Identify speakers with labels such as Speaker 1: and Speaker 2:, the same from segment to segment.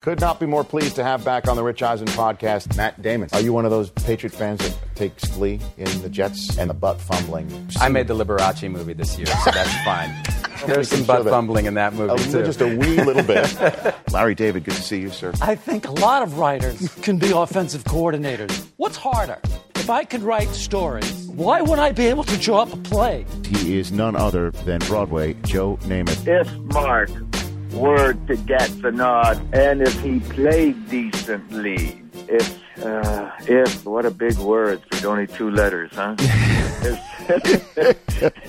Speaker 1: Could not be more pleased to have back on the Rich Eisen podcast, Matt Damon. Are you one of those Patriot fans that takes glee in the Jets and the butt fumbling?
Speaker 2: I made the Liberace movie this year, so that's fine. There's some butt
Speaker 1: Sure that-
Speaker 2: fumbling in that movie,
Speaker 1: A
Speaker 2: too.
Speaker 1: little, just a wee little bit. Larry David, good to see you, sir.
Speaker 3: I think a lot of writers can be offensive coordinators. What's harder? If I could write stories, why would I be able to draw up a play?
Speaker 1: He is none other than Broadway Joe Namath.
Speaker 4: If Mark were to get the nod, and if he played decently, if uh, if what a big word with only two letters, huh?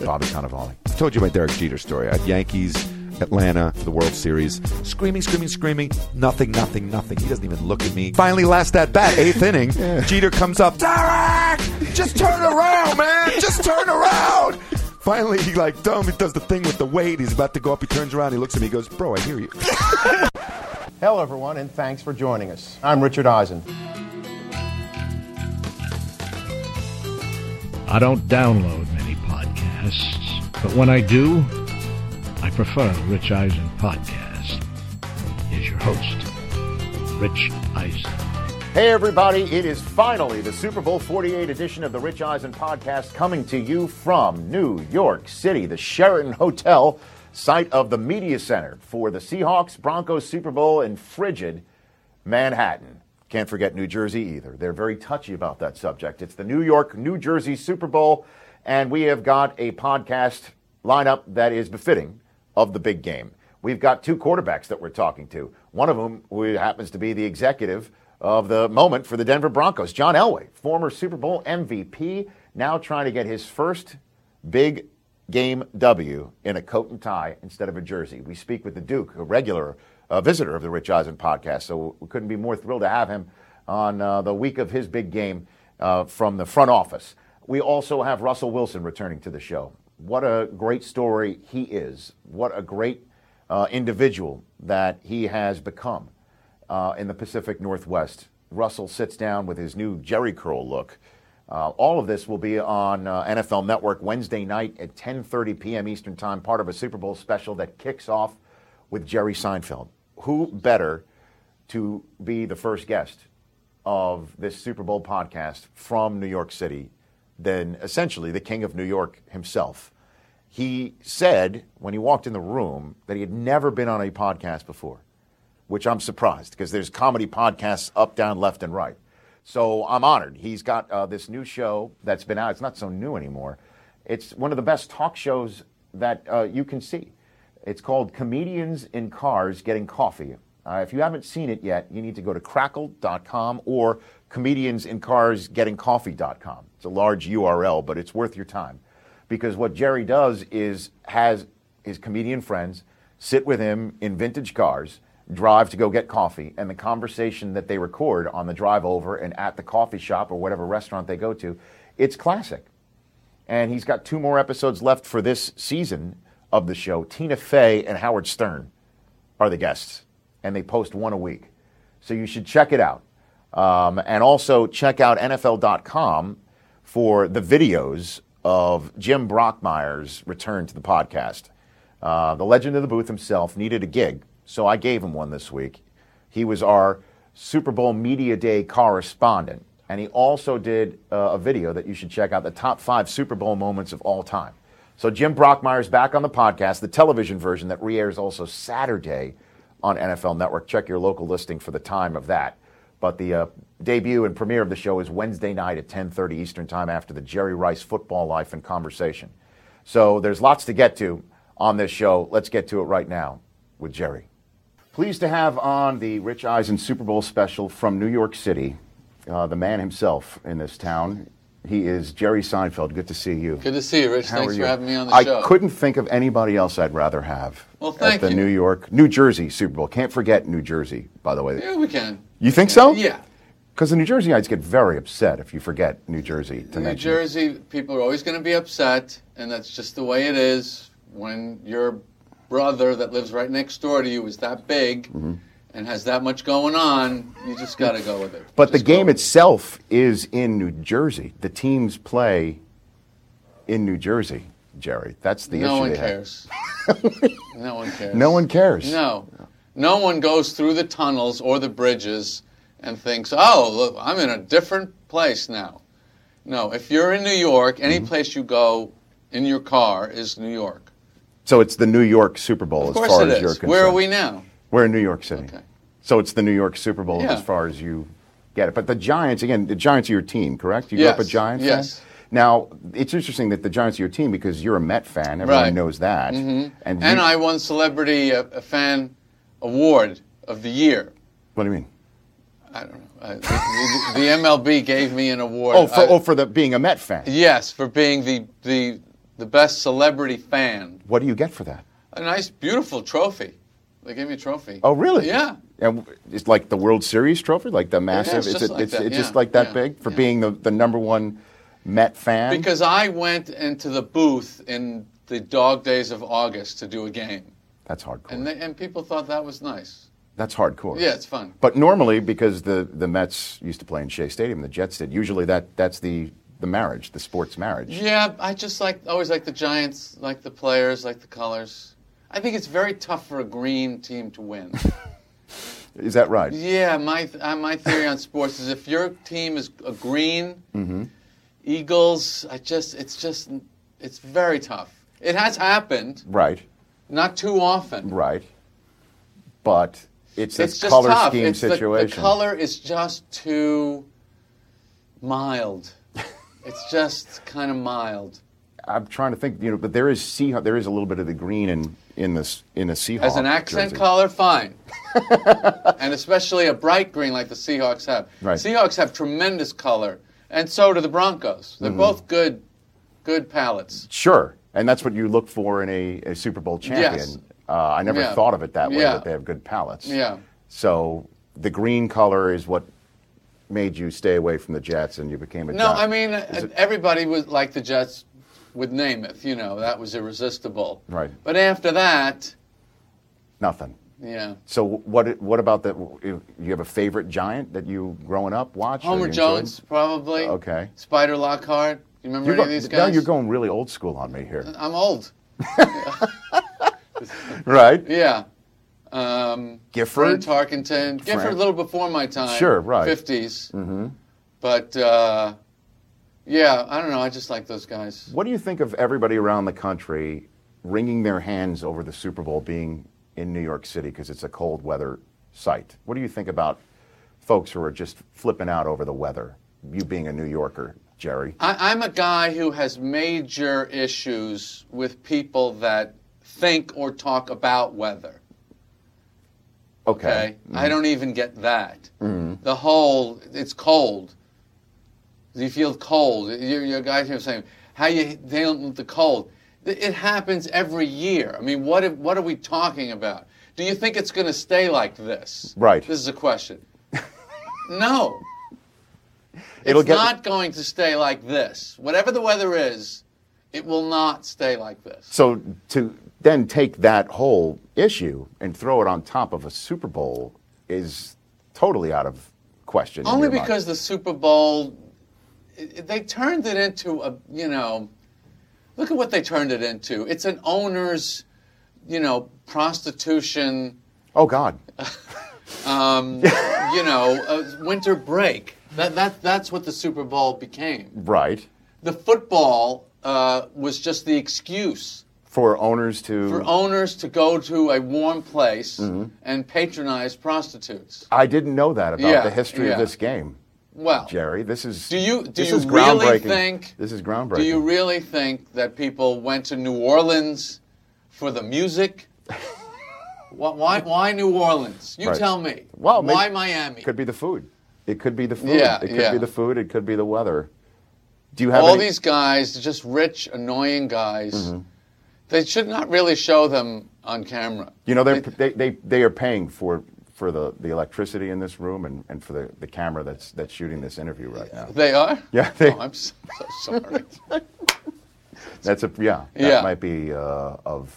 Speaker 5: Bobby Cannavale. I told you my Derek Jeter story at Yankees, Atlanta, for the World Series. Screaming, screaming, screaming. Nothing, nothing, nothing. He doesn't even look at me. Finally, last at bat, eighth inning. Jeter comes up. Derek, just turn around, man. Just turn around. Finally, he like dumb. He does the thing with the weight. He's about to go up. He turns around. He looks at me. He goes, "Bro, I hear you."
Speaker 6: Hello, everyone, and thanks for joining us. I'm Richard Eisen.
Speaker 7: I don't download many podcasts, but when I do, I prefer the Rich Eisen podcast. Here's your host, Rich Eisen.
Speaker 1: Hey, everybody, it is finally the Super Bowl 48 edition of the Rich Eisen podcast coming to you from New York City, the Sheraton Hotel, site of the Media Center for the Seahawks Broncos Super Bowl in frigid Manhattan. Can't forget New Jersey either. They're very touchy about that subject. It's the New York, New Jersey Super Bowl, and we have got a podcast lineup that is befitting of the big game. We've got two quarterbacks that we're talking to, one of whom who happens to be the executive of the moment for the Denver Broncos, John Elway, former Super Bowl MVP, now trying to get his first big game W in a coat and tie instead of a jersey. We speak with the Duke, a regular uh, visitor of the Rich Eisen podcast, so we couldn't be more thrilled to have him on uh, the week of his big game uh, from the front office. We also have Russell Wilson returning to the show. What a great story he is. What a great uh, individual that he has become uh, in the Pacific Northwest. Russell sits down with his new Jerry Curl look. Uh, all of this will be on uh, NFL Network Wednesday night at 10:30 p.m. Eastern Time, part of a Super Bowl special that kicks off with Jerry Seinfeld. Who better to be the first guest of this Super Bowl podcast from New York City than essentially the king of New York himself? He said when he walked in the room that he had never been on a podcast before which I'm surprised because there's comedy podcasts up, down, left, and right. So I'm honored. He's got uh, this new show that's been out. It's not so new anymore. It's one of the best talk shows that uh, you can see. It's called Comedians in Cars Getting Coffee. Uh, if you haven't seen it yet, you need to go to crackle.com or comediansincarsgettingcoffee.com. It's a large URL, but it's worth your time because what Jerry does is has his comedian friends sit with him in vintage cars, drive to go get coffee, and the conversation that they record on the drive over and at the coffee shop or whatever restaurant they go to, it's classic. And he's got two more episodes left for this season of the show. Tina Fey and Howard Stern are the guests, and they post one a week. So you should check it out. Um, and also check out NFL.com for the videos of Jim Brockmeyer's return to the podcast. Uh, the legend of the booth himself needed a gig, so I gave him one this week. He was our Super Bowl Media Day correspondent, and he also did uh, a video that you should check out the top five Super Bowl moments of all time. So Jim Brockmeyer's back on the podcast, the television version that re-airs also Saturday on NFL Network. Check your local listing for the time of that. But the uh, debut and premiere of the show is Wednesday night at 10:30 Eastern Time after the Jerry Rice Football Life and Conversation. So there's lots to get to on this show. Let's get to it right now with Jerry. Pleased to have on the Rich Eisen Super Bowl special from New York City, uh, the man himself in this town. He is Jerry Seinfeld. Good to see you.
Speaker 8: Good to see you, Rich.
Speaker 1: How
Speaker 8: Thanks
Speaker 1: are
Speaker 8: for
Speaker 1: you?
Speaker 8: having me on the
Speaker 1: I
Speaker 8: show.
Speaker 1: couldn't think of anybody else I'd rather have.
Speaker 8: Well,
Speaker 1: at
Speaker 8: thank
Speaker 1: the
Speaker 8: you.
Speaker 1: New York, New Jersey Super Bowl. Can't forget New Jersey, by the way.
Speaker 8: Yeah, we can.
Speaker 1: You think so?
Speaker 8: Yeah.
Speaker 1: Because the New Jerseyites get very upset if you forget New Jersey to
Speaker 8: New
Speaker 1: mention.
Speaker 8: Jersey people are always going to be upset, and that's just the way it is when your brother that lives right next door to you is that big
Speaker 1: Mm-hmm.
Speaker 8: and has that much going on. You just got to go with it.
Speaker 1: But the
Speaker 8: Just go
Speaker 1: game
Speaker 8: with it.
Speaker 1: itself is in New Jersey. The teams play in New Jersey, Jerry. That's the
Speaker 8: no
Speaker 1: issue.
Speaker 8: one
Speaker 1: they have.
Speaker 8: cares. no one cares.
Speaker 1: No one cares.
Speaker 8: No. No one goes through the tunnels or the bridges and thinks, oh, look, I'm in a different place now. No, if you're in New York,
Speaker 1: Mm-hmm.
Speaker 8: any place you go in your car is New York.
Speaker 1: So it's the New York Super Bowl
Speaker 8: Of
Speaker 1: as
Speaker 8: course
Speaker 1: far
Speaker 8: it
Speaker 1: as
Speaker 8: is.
Speaker 1: you're concerned.
Speaker 8: Where are we now?
Speaker 1: We're in New York City.
Speaker 8: Okay.
Speaker 1: So it's the New York Super Bowl
Speaker 8: Yeah.
Speaker 1: as far as you get it. But the Giants, again, the Giants are your team, correct? You grew up a
Speaker 8: Yes,
Speaker 1: Giant
Speaker 8: yes.
Speaker 1: fan? Now, it's interesting that the Giants are your team because you're a Met fan. Everyone
Speaker 8: Right. Mm-hmm.
Speaker 1: knows that. And,
Speaker 8: Hmm? And
Speaker 1: you-
Speaker 8: I won Celebrity uh, a Fan Award of the Year.
Speaker 1: What do you mean?
Speaker 8: I don't know. Uh, the, the, the MLB gave me an award.
Speaker 1: Oh, for,
Speaker 8: I-
Speaker 1: oh, for the being a Met fan.
Speaker 8: yes, for being the, the, the best celebrity fan.
Speaker 1: What do you get for that?
Speaker 8: A nice, beautiful trophy. They gave me a trophy.
Speaker 1: Oh, really?
Speaker 8: Yeah.
Speaker 1: And w- it's like the World Series trophy, like the massive.
Speaker 8: it's just
Speaker 1: it-
Speaker 8: like
Speaker 1: it's,
Speaker 8: that,
Speaker 1: it's
Speaker 8: yeah,
Speaker 1: just like that
Speaker 8: yeah,
Speaker 1: big for
Speaker 8: yeah.
Speaker 1: being the, the number one Met fan.
Speaker 8: Because I went into the booth in the dog days of August to do a game,
Speaker 1: that's hardcore.
Speaker 8: and they, and people thought that was nice.
Speaker 1: that's hardcore.
Speaker 8: Yeah, it's fun.
Speaker 1: But normally, because the, the Mets used to play in Shea Stadium, the Jets did. Usually, that that's the the marriage, the sports marriage.
Speaker 8: Yeah, I just like always like the Giants, like the players, like the colors. I think it's very tough for a green team to win.
Speaker 1: Is that right?
Speaker 8: yeah, my th- uh, my theory on sports is if your team is a green,
Speaker 1: Mm-hmm.
Speaker 8: Eagles, I just it's just it's very tough. It has happened,
Speaker 1: Right,
Speaker 8: not too often.
Speaker 1: right. But it's this
Speaker 8: it's just
Speaker 1: color
Speaker 8: tough.
Speaker 1: scheme
Speaker 8: it's the- The,
Speaker 1: situation.
Speaker 8: color is just too mild. it's just kind of mild.
Speaker 1: I'm trying to think, you know, but there is sea, there is a little bit of the green in in this in a Seahawk
Speaker 8: As an accent
Speaker 1: jersey.
Speaker 8: color, fine. and especially a bright green like the Seahawks have.
Speaker 1: Right.
Speaker 8: Seahawks have tremendous color, and so do the Broncos. They're
Speaker 1: Mm-hmm.
Speaker 8: both good, good palettes.
Speaker 1: Sure, and that's what you look for in a, a Super Bowl champion.
Speaker 8: Yes.
Speaker 1: Uh, I never
Speaker 8: Yeah.
Speaker 1: thought of it that way.
Speaker 8: Yeah.
Speaker 1: That they have good palettes.
Speaker 8: Yeah.
Speaker 1: So the green color is what made you stay away from the Jets, and you became a
Speaker 8: No,
Speaker 1: Giant.
Speaker 8: I mean uh, everybody was like the Jets with Namath. You know that was irresistible.
Speaker 1: Right.
Speaker 8: But after that,
Speaker 1: nothing.
Speaker 8: yeah.
Speaker 1: So what? What about the? Do you have a favorite Giant that you growing up watched? or you
Speaker 8: Homer
Speaker 1: enjoyed? Oh,
Speaker 8: Jones, probably.
Speaker 1: Okay.
Speaker 8: Spider Lockhart. You remember
Speaker 1: You're
Speaker 8: any
Speaker 1: go-
Speaker 8: of these guys? Uh,
Speaker 1: now you're going really old school on me here,
Speaker 8: I'm old.
Speaker 1: right?
Speaker 8: Yeah. Um,
Speaker 1: Gifford?
Speaker 8: Fred Tarkenton. Gifford, a little before my time.
Speaker 1: Sure, right.
Speaker 8: 50s. Mm-hmm. But, uh, yeah, I don't know. I just like those guys.
Speaker 1: What do you think of everybody around the country wringing their hands over the Super Bowl being in New York City because it's a cold weather site? What do you think about folks who are just flipping out over the weather? You being a New Yorker, Jerry.
Speaker 8: I, I'm a guy who has major issues with people that think or talk about weather. Okay. I
Speaker 1: Mm-hmm.
Speaker 8: don't even get that. The whole, it's cold. You feel cold. You're, you're a guy here saying, how you dealing with the cold? It it happens every year. I mean, what, if, what are we talking about? Do you think it's going to stay like this?
Speaker 1: Right.
Speaker 8: This is a question. no.
Speaker 1: It'll
Speaker 8: it's
Speaker 1: get-
Speaker 8: not going to stay like this. Whatever the weather is, it will not stay like this.
Speaker 1: So to then take that whole issue and throw it on top of a Super Bowl is totally out of question. in
Speaker 8: Only
Speaker 1: your mind.
Speaker 8: because the Super Bowl, it- it- they turned it into a, you know, look at what they turned it into. It's an owner's, you know, prostitution,
Speaker 1: Oh God,
Speaker 8: you know, uh, winter break. That, that, that's what the Super Bowl became.
Speaker 1: right?
Speaker 8: The football uh, was just the excuse
Speaker 1: For owners to
Speaker 8: for owners to go to a warm place
Speaker 1: Mm-hmm.
Speaker 8: and patronize prostitutes.
Speaker 1: I didn't know that about
Speaker 8: Yeah,
Speaker 1: the history
Speaker 8: yeah.
Speaker 1: of this game,
Speaker 8: Well,
Speaker 1: Jerry. This is
Speaker 8: Do you do
Speaker 1: this
Speaker 8: you
Speaker 1: is
Speaker 8: really
Speaker 1: groundbreaking.
Speaker 8: think
Speaker 1: this is groundbreaking?
Speaker 8: Do you really think that people went to New Orleans for the music? why, why why New Orleans? You
Speaker 1: Right.
Speaker 8: tell me.
Speaker 1: Well,
Speaker 8: why
Speaker 1: maybe-
Speaker 8: Miami?
Speaker 1: Could be the food. It could be the food.
Speaker 8: Yeah,
Speaker 1: it could
Speaker 8: yeah.
Speaker 1: be the food. It could be the weather. Do you have
Speaker 8: All
Speaker 1: any- Mm-hmm.
Speaker 8: these guys, just rich, annoying guys. They should not really show them on camera.
Speaker 1: You know, they're, they they they are paying for for the, the electricity in this room and, and for the, the camera that's that's shooting this interview right now.
Speaker 8: They are.
Speaker 1: Yeah, they-
Speaker 8: Oh, I'm so, so sorry.
Speaker 1: That's a yeah. That
Speaker 8: Yeah.
Speaker 1: might be uh, of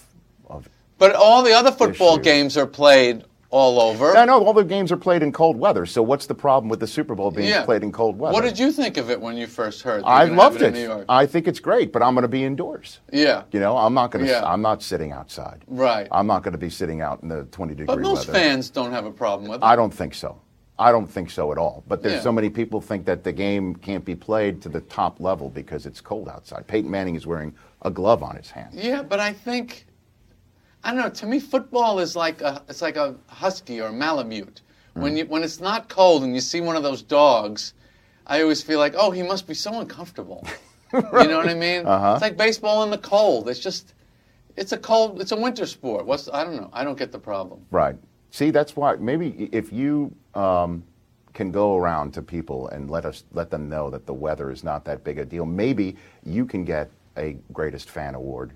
Speaker 1: of
Speaker 8: but all the other football
Speaker 1: Issue.
Speaker 8: games are played all over.
Speaker 1: I know all the games are played in cold weather, so what's the problem with the Super Bowl being
Speaker 8: Yeah.
Speaker 1: played in cold weather?
Speaker 8: What did you think of it when you first heard? that
Speaker 1: I
Speaker 8: you're gonna have
Speaker 1: loved
Speaker 8: in New
Speaker 1: it.
Speaker 8: York?
Speaker 1: I think it's great, but I'm going to be indoors.
Speaker 8: yeah.
Speaker 1: You know, I'm not going to.
Speaker 8: Yeah.
Speaker 1: I'm not sitting outside.
Speaker 8: Right.
Speaker 1: I'm not going to be sitting out in the 20 degree
Speaker 8: But most
Speaker 1: weather.
Speaker 8: fans don't have a problem with it.
Speaker 1: I don't think so. I don't think so at all. But there's
Speaker 8: Yeah.
Speaker 1: so many people think that the game can't be played to the top level because it's cold outside. Peyton Manning is wearing a glove on his hand.
Speaker 8: yeah, but I think I don't know. To me, football is like a it's like a husky or a malamute.
Speaker 1: Hmm.
Speaker 8: When you when it's not cold and you see one of those dogs, I always feel like, oh, he must be so uncomfortable. You know what I mean? Uh-huh. It's like baseball in the cold. It's just it's a cold. It's a winter sport. What's I don't know. I don't get the problem.
Speaker 1: Right. See, that's why maybe if you um, can go around to people and let us let them know that the weather is not that big a deal, maybe you can get a greatest fan award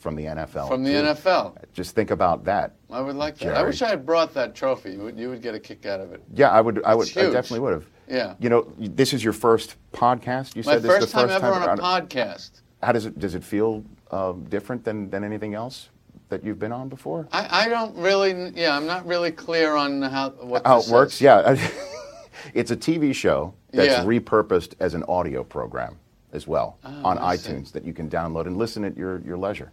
Speaker 1: from the NFL.
Speaker 8: From the
Speaker 1: too.
Speaker 8: NFL.
Speaker 1: Just think about that.
Speaker 8: I would like that. I
Speaker 1: Jerry.
Speaker 8: wish I had brought that trophy. You would, you would get a kick out of it.
Speaker 1: Yeah, I would. I would.
Speaker 8: It's
Speaker 1: I
Speaker 8: huge.
Speaker 1: definitely would have.
Speaker 8: Yeah.
Speaker 1: You know, y- this is your first podcast. You
Speaker 8: My
Speaker 1: said this
Speaker 8: first
Speaker 1: is the
Speaker 8: time
Speaker 1: first
Speaker 8: ever
Speaker 1: time
Speaker 8: on a
Speaker 1: I-
Speaker 8: podcast.
Speaker 1: How does it does it feel um, different than than anything else that you've been on before?
Speaker 8: I, I don't really, yeah, I'm not really clear on how what
Speaker 1: How
Speaker 8: this
Speaker 1: it works?
Speaker 8: is.
Speaker 1: Yeah, it's a TV show that's
Speaker 8: Yeah. Oh,
Speaker 1: repurposed as an audio program as well on
Speaker 8: I see.
Speaker 1: iTunes that you can download and listen at your your leisure.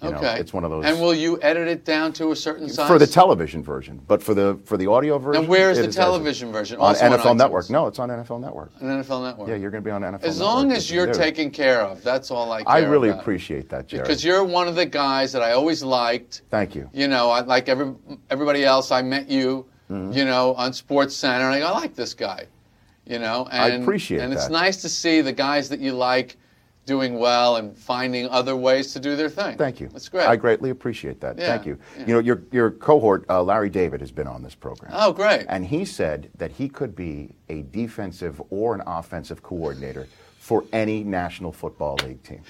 Speaker 1: You
Speaker 8: okay.
Speaker 1: know, it's one of those.
Speaker 8: And will you edit it down to a certain size?
Speaker 1: for the television version, but for the for the audio version.
Speaker 8: where is
Speaker 1: it
Speaker 8: the
Speaker 1: as a-
Speaker 8: television version?
Speaker 1: On
Speaker 8: Also on
Speaker 1: NFL
Speaker 8: iTunes.
Speaker 1: Network. No, it's on NFL Network.
Speaker 8: an NFL Network.
Speaker 1: Yeah, you're going to be on NFL.
Speaker 8: As
Speaker 1: Network
Speaker 8: long
Speaker 1: if
Speaker 8: as
Speaker 1: you
Speaker 8: you're
Speaker 1: do.
Speaker 8: taken care of, that's all I care
Speaker 1: I really
Speaker 8: about.
Speaker 1: appreciate that, Jerry.
Speaker 8: Because you're one of the guys that I always liked.
Speaker 1: Thank you.
Speaker 8: You know, I, like every, everybody else, I met you,
Speaker 1: Mm-hmm.
Speaker 8: you know, on Sports Center, and I go, I like this guy, you know. And,
Speaker 1: I appreciate
Speaker 8: And it's
Speaker 1: that.
Speaker 8: nice to see the guys that you like doing well and finding other ways to do their thing.
Speaker 1: Thank you.
Speaker 8: That's great.
Speaker 1: I greatly appreciate that.
Speaker 8: Yeah,
Speaker 1: Thank you.
Speaker 8: yeah.
Speaker 1: You know, your your cohort, uh, Larry David, has been on this program.
Speaker 8: Oh, great.
Speaker 1: And he said that he could be a defensive or an offensive coordinator for any National Football League team.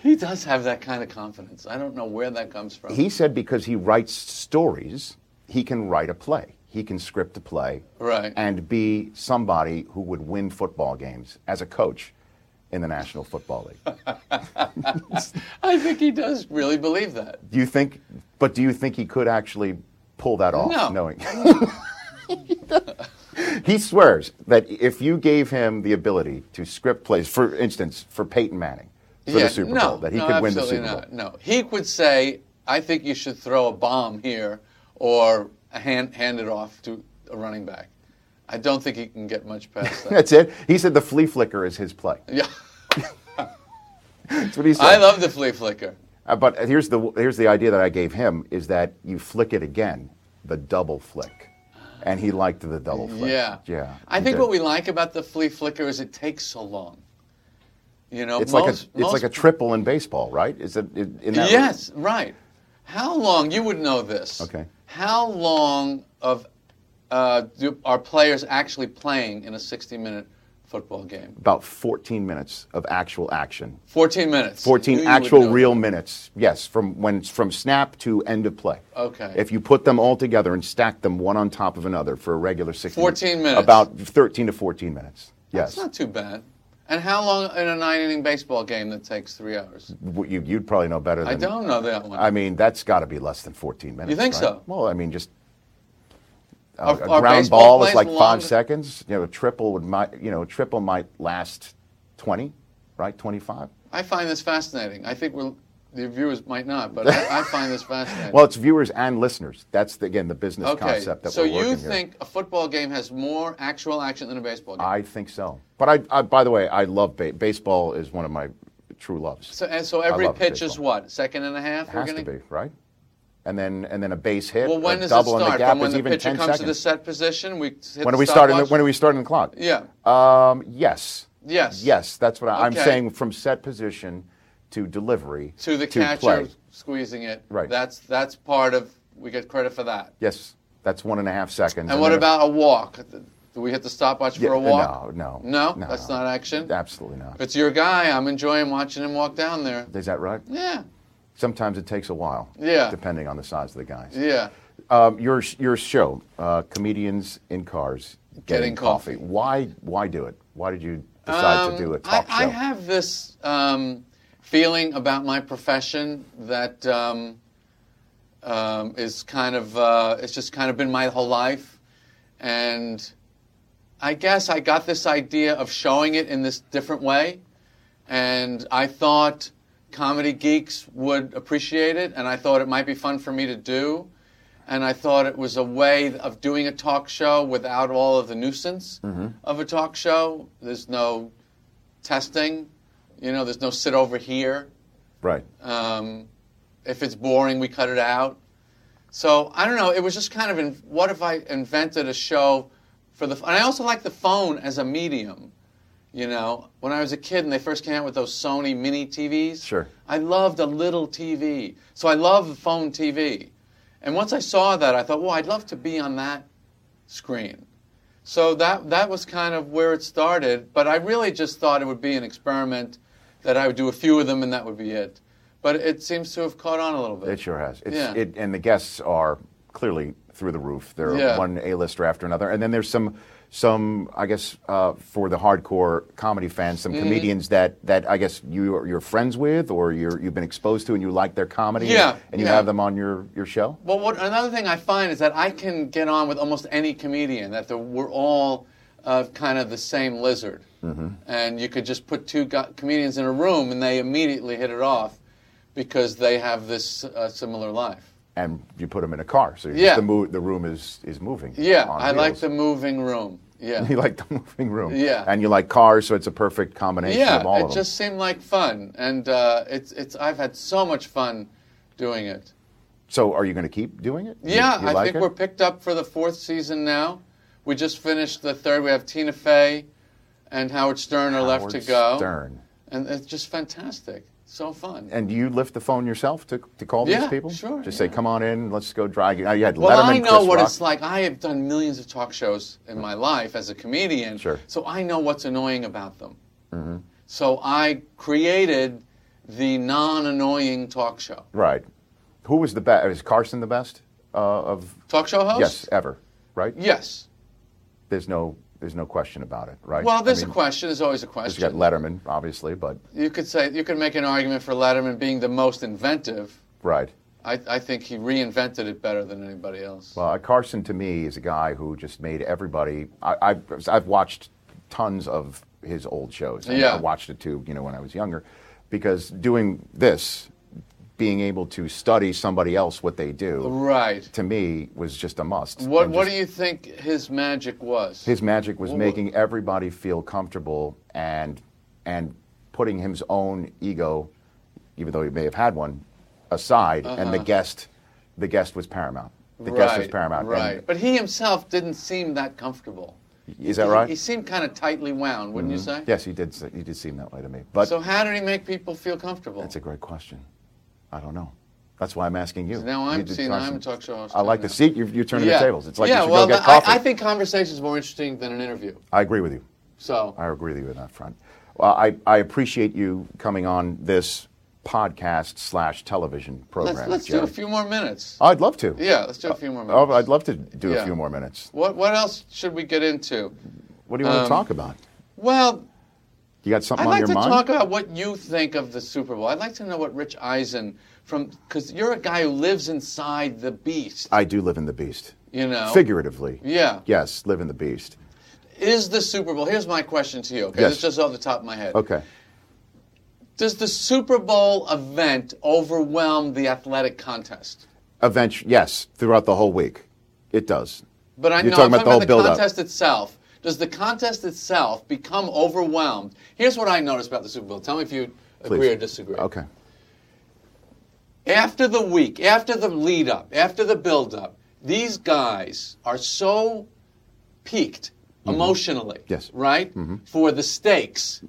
Speaker 8: He does have that kind of confidence. I don't know where that comes from.
Speaker 1: He said because he writes stories, he can write a play. He can script a play
Speaker 8: Right.
Speaker 1: and be somebody who would win football games as a coach in the National Football League.
Speaker 8: I think he does really believe that.
Speaker 1: Do you think? But do you think he could actually pull that off?
Speaker 8: No.
Speaker 1: Knowing. he swears that if you gave him the ability to script plays, for instance, for Peyton Manning for
Speaker 8: yeah,
Speaker 1: the Super
Speaker 8: no,
Speaker 1: Bowl, that he
Speaker 8: no,
Speaker 1: could win the Super
Speaker 8: absolutely
Speaker 1: Bowl.
Speaker 8: not. No, he would say, "I think you should throw a bomb here, or a hand hand it off to a running back." I don't think he can get much past that.
Speaker 1: That's it. He said the flea flicker is his play.
Speaker 8: yeah,
Speaker 1: That's what he said.
Speaker 8: I love the flea flicker.
Speaker 1: Uh, but here's the here's the idea that I gave him is that you flick it again, the double flick, and he liked the double flick.
Speaker 8: Yeah,
Speaker 1: yeah.
Speaker 8: I
Speaker 1: he
Speaker 8: think
Speaker 1: did.
Speaker 8: what we like about the flea flicker is it takes so long. You know,
Speaker 1: it's like a
Speaker 8: most,
Speaker 1: it's
Speaker 8: most
Speaker 1: like a triple in baseball, right? Is it in in that
Speaker 8: Yes, right. How long, you would know this.
Speaker 1: Okay.
Speaker 8: How long of uh, do, are players actually playing in a 60 minute football game?
Speaker 1: about 14 minutes of actual action.
Speaker 8: 14 minutes.
Speaker 1: 14
Speaker 8: Knew you would
Speaker 1: actual
Speaker 8: know
Speaker 1: real
Speaker 8: that.
Speaker 1: minutes. Yes, from when from snap to end of play.
Speaker 8: Okay.
Speaker 1: If you put them all together and stack them one on top of another for a regular 60
Speaker 8: 14 minutes.
Speaker 1: About 13 to 14 minutes. Yes.
Speaker 8: That's not too bad. And how long in a nine inning baseball game that takes three hours?
Speaker 1: W- you, you'd probably know better than
Speaker 8: I don't know that one.
Speaker 1: Mm. I mean, that's got to be less than 14 minutes.
Speaker 8: think
Speaker 1: right?
Speaker 8: so?
Speaker 1: Well, I mean, just a,
Speaker 8: Are-
Speaker 1: a
Speaker 8: are
Speaker 1: ground
Speaker 8: baseball
Speaker 1: ball is
Speaker 8: plays
Speaker 1: like
Speaker 8: longer?
Speaker 1: five seconds. You know, a triple would might you know a triple might last 20, right? 25.
Speaker 8: I find this fascinating. I think we're, the viewers might not, but I, I find this fascinating.
Speaker 1: Well, it's viewers and listeners. That's the, again the business
Speaker 8: okay.
Speaker 1: concept that
Speaker 8: so
Speaker 1: we're working
Speaker 8: you
Speaker 1: here.
Speaker 8: think a football game has more actual action than a baseball game?
Speaker 1: I think so. But I, I by the way, I love ba- baseball. Is one of my true loves.
Speaker 8: So, and so
Speaker 1: I
Speaker 8: every
Speaker 1: love
Speaker 8: pitch is
Speaker 1: baseball.
Speaker 8: what second and a half.
Speaker 1: It
Speaker 8: we're
Speaker 1: has
Speaker 8: gonna,
Speaker 1: to be right. And then and then a base hit.
Speaker 8: Well, when
Speaker 1: a
Speaker 8: does it
Speaker 1: double and
Speaker 8: start?
Speaker 1: the gap
Speaker 8: From when
Speaker 1: is
Speaker 8: the
Speaker 1: even
Speaker 8: pitcher
Speaker 1: 10
Speaker 8: comes
Speaker 1: seconds.
Speaker 8: to the set position, we hit
Speaker 1: when
Speaker 8: the
Speaker 1: are we starting? The,
Speaker 8: stopwatch?
Speaker 1: when are we starting the clock?
Speaker 8: Yeah.
Speaker 1: Um, yes.
Speaker 8: Yes.
Speaker 1: Yes, that's what I, I'm
Speaker 8: Okay.
Speaker 1: saying. From set position to delivery
Speaker 8: to the catcher
Speaker 1: play.
Speaker 8: squeezing it.
Speaker 1: Right.
Speaker 8: That's that's part of. We get credit for that.
Speaker 1: Yes, that's one and a half seconds.
Speaker 8: And what
Speaker 1: then-
Speaker 8: about a walk? Do we hit the stopwatch
Speaker 1: Yeah, uh,
Speaker 8: for a walk?
Speaker 1: No, no,
Speaker 8: No, that's not action.
Speaker 1: Absolutely not.
Speaker 8: If it's your guy, I'm enjoying watching him walk down there.
Speaker 1: Is that right?
Speaker 8: Yeah.
Speaker 1: Sometimes it takes a while.
Speaker 8: Yeah.
Speaker 1: Depending on the size of the guys.
Speaker 8: Yeah.
Speaker 1: Um, your your show, uh, comedians in cars getting,
Speaker 8: Getting coffee. Um,
Speaker 1: Why why do it? Why did you decide to do a talk
Speaker 8: I,
Speaker 1: show?
Speaker 8: I have this um, feeling about my profession that um, uh, um, is kind of uh, it's just kind of been my whole life, and I guess I got this idea of showing it in this different way, and I thought comedy geeks would appreciate it, and I thought it might be fun for me to do, and I thought it was a way of doing a talk show without all of the nuisance
Speaker 1: Mm-hmm.
Speaker 8: of a talk show. There's no testing, you know. There's no sit over here.
Speaker 1: Right.
Speaker 8: Um, if it's boring, we cut it out. So I don't know. It was just kind of in, what if I invented a show for the? And I also like the phone as a medium. You know, when I was a kid and they first came out with those Sony mini TVs,
Speaker 1: Sure.
Speaker 8: I loved a little TV. So I love the phone TV. And once I saw that, I thought, well, I'd love to be on that screen. So that that was kind of where it started. But I really just thought it would be an experiment that I would do a few of them and that would be it. But it seems to have caught on a little bit.
Speaker 1: It sure has. It's,
Speaker 8: Yeah.
Speaker 1: it, and the guests are clearly through the roof. They're
Speaker 8: Yeah.
Speaker 1: one A-lister after another. And then there's some, some I guess, uh, for the hardcore comedy fans,
Speaker 8: Mm-hmm.
Speaker 1: some comedians that, that I guess you, are- you're friends with or you're, you've been exposed to and you like their comedy
Speaker 8: Yeah,
Speaker 1: and you
Speaker 8: yeah.
Speaker 1: have them on your, your show?
Speaker 8: Well, what, another thing I find is that I can get on with almost any comedian. That the, we're all uh, kind of the same lizard,
Speaker 1: Mm-hmm.
Speaker 8: and you could just put two go- comedians in a room and they immediately hit it off because they have this uh, similar life.
Speaker 1: And you put them in a car. So you're
Speaker 8: Yeah.
Speaker 1: just the, mo- the room is, is moving.
Speaker 8: Yeah,
Speaker 1: on
Speaker 8: I like
Speaker 1: wheels.
Speaker 8: the moving room. Yeah,
Speaker 1: You like the moving room.
Speaker 8: Yeah.
Speaker 1: And you like cars, so it's a perfect combination
Speaker 8: yeah.
Speaker 1: of all
Speaker 8: it
Speaker 1: of them.
Speaker 8: just seemed like fun, and uh, it's it's. I've had so much fun doing it.
Speaker 1: so are you going to keep doing it? You-
Speaker 8: Yeah,
Speaker 1: you
Speaker 8: I
Speaker 1: like
Speaker 8: think
Speaker 1: it?
Speaker 8: we're picked up for the fourth season now. We just finished the third. We have Tina Fey and Howard Stern are left to
Speaker 1: Howard
Speaker 8: go.
Speaker 1: Stern.
Speaker 8: And it's just fantastic. So fun.
Speaker 1: And do you lift the phone yourself to, to call
Speaker 8: Yeah,
Speaker 1: these people?
Speaker 8: sure,
Speaker 1: Just say,
Speaker 8: yeah.
Speaker 1: come on in, let's go drag you. You had
Speaker 8: well,
Speaker 1: Letterman,
Speaker 8: I know
Speaker 1: Chris
Speaker 8: what
Speaker 1: Rock.
Speaker 8: it's like. I have done millions of talk shows in my life as a comedian.
Speaker 1: Sure. Mm-hmm.
Speaker 8: So I know what's annoying about them. So I created the non annoying talk show.
Speaker 1: Right. Who was the best? Is Carson the best uh, of?
Speaker 8: Talk show host?
Speaker 1: Yes, ever. Right.
Speaker 8: Yes.
Speaker 1: There's no there's no question about it. Right.
Speaker 8: Well, there's
Speaker 1: I mean,
Speaker 8: a question. There's always a question.
Speaker 1: You got Letterman, obviously, but
Speaker 8: you could say you could make an argument for Letterman being the most inventive.
Speaker 1: right.
Speaker 8: I, I think he reinvented it better than anybody else.
Speaker 1: Well, Uh, Carson to me is a guy who just made everybody. I, I've, I've watched tons of his old shows. and I
Speaker 8: Yeah.
Speaker 1: watched it too, you know, when I was younger, because doing this, being able to study somebody else what they do,
Speaker 8: right.
Speaker 1: to me was just a must.
Speaker 8: What
Speaker 1: And
Speaker 8: What
Speaker 1: just-
Speaker 8: do you think his magic was?
Speaker 1: His magic was
Speaker 8: Well,
Speaker 1: making everybody feel comfortable and and putting his own ego, even though he may have had one, aside, and the guest, the guest was paramount. The
Speaker 8: Uh-huh. right,
Speaker 1: guest was paramount. and-
Speaker 8: Right. but he himself didn't seem that comfortable.
Speaker 1: is that
Speaker 8: He-
Speaker 1: right? Mm-hmm.
Speaker 8: He seemed kind of tightly wound, wouldn't you say?
Speaker 1: Yes, he did. se- He did seem that way to me. But
Speaker 8: So how did he make people feel comfortable?
Speaker 1: that's a great question. I don't know. That's why I'm asking you.
Speaker 8: Now I'm
Speaker 1: You did
Speaker 8: seeing I'm a
Speaker 1: Carson.
Speaker 8: talk show host.
Speaker 1: I like
Speaker 8: now.
Speaker 1: the seat. You're, you're turning
Speaker 8: yeah.
Speaker 1: the tables. It's like
Speaker 8: yeah,
Speaker 1: you should
Speaker 8: well,
Speaker 1: go get
Speaker 8: I-
Speaker 1: coffee.
Speaker 8: I, think conversation is more interesting than an interview.
Speaker 1: I agree with you.
Speaker 8: So
Speaker 1: I agree with you on that front. Well, I, I appreciate you coming on this podcast slash television program.
Speaker 8: let's, let's do
Speaker 1: Jerry.
Speaker 8: a few more minutes.
Speaker 1: I'd love to.
Speaker 8: Yeah, let's do a few more minutes.
Speaker 1: Oh, I'd love to do a
Speaker 8: Yeah.
Speaker 1: few more minutes.
Speaker 8: What What else should we get into?
Speaker 1: What do you want to talk about?
Speaker 8: Well,
Speaker 1: You got something
Speaker 8: Um, I'd
Speaker 1: on
Speaker 8: like
Speaker 1: your
Speaker 8: to
Speaker 1: mind?
Speaker 8: talk about what you think of the Super Bowl. I'd like to know what Rich Eisen from because you're a guy who lives inside the beast.
Speaker 1: I do live in the beast.
Speaker 8: You know,
Speaker 1: Figuratively.
Speaker 8: Yeah.
Speaker 1: Yes, live in the beast.
Speaker 8: Is the Super Bowl? Here's my question to you. Okay,
Speaker 1: Yes.
Speaker 8: this is just off the top of my head.
Speaker 1: Okay.
Speaker 8: Does the Super Bowl event overwhelm the athletic contest?
Speaker 1: Event, yes, throughout the whole week. It does.
Speaker 8: But I
Speaker 1: You're
Speaker 8: know
Speaker 1: talking
Speaker 8: I'm
Speaker 1: about the whole
Speaker 8: talking about the
Speaker 1: build-up.
Speaker 8: contest itself. Does the contest itself become overwhelmed? Here's what I noticed about the Super Bowl. Tell me if you agree
Speaker 1: Please.
Speaker 8: or disagree.
Speaker 1: Okay.
Speaker 8: after the week, after the lead up, after the build up, these guys are so peaked emotionally.
Speaker 1: Mm-hmm. Yes. Mm-hmm.
Speaker 8: Right? For the stakes.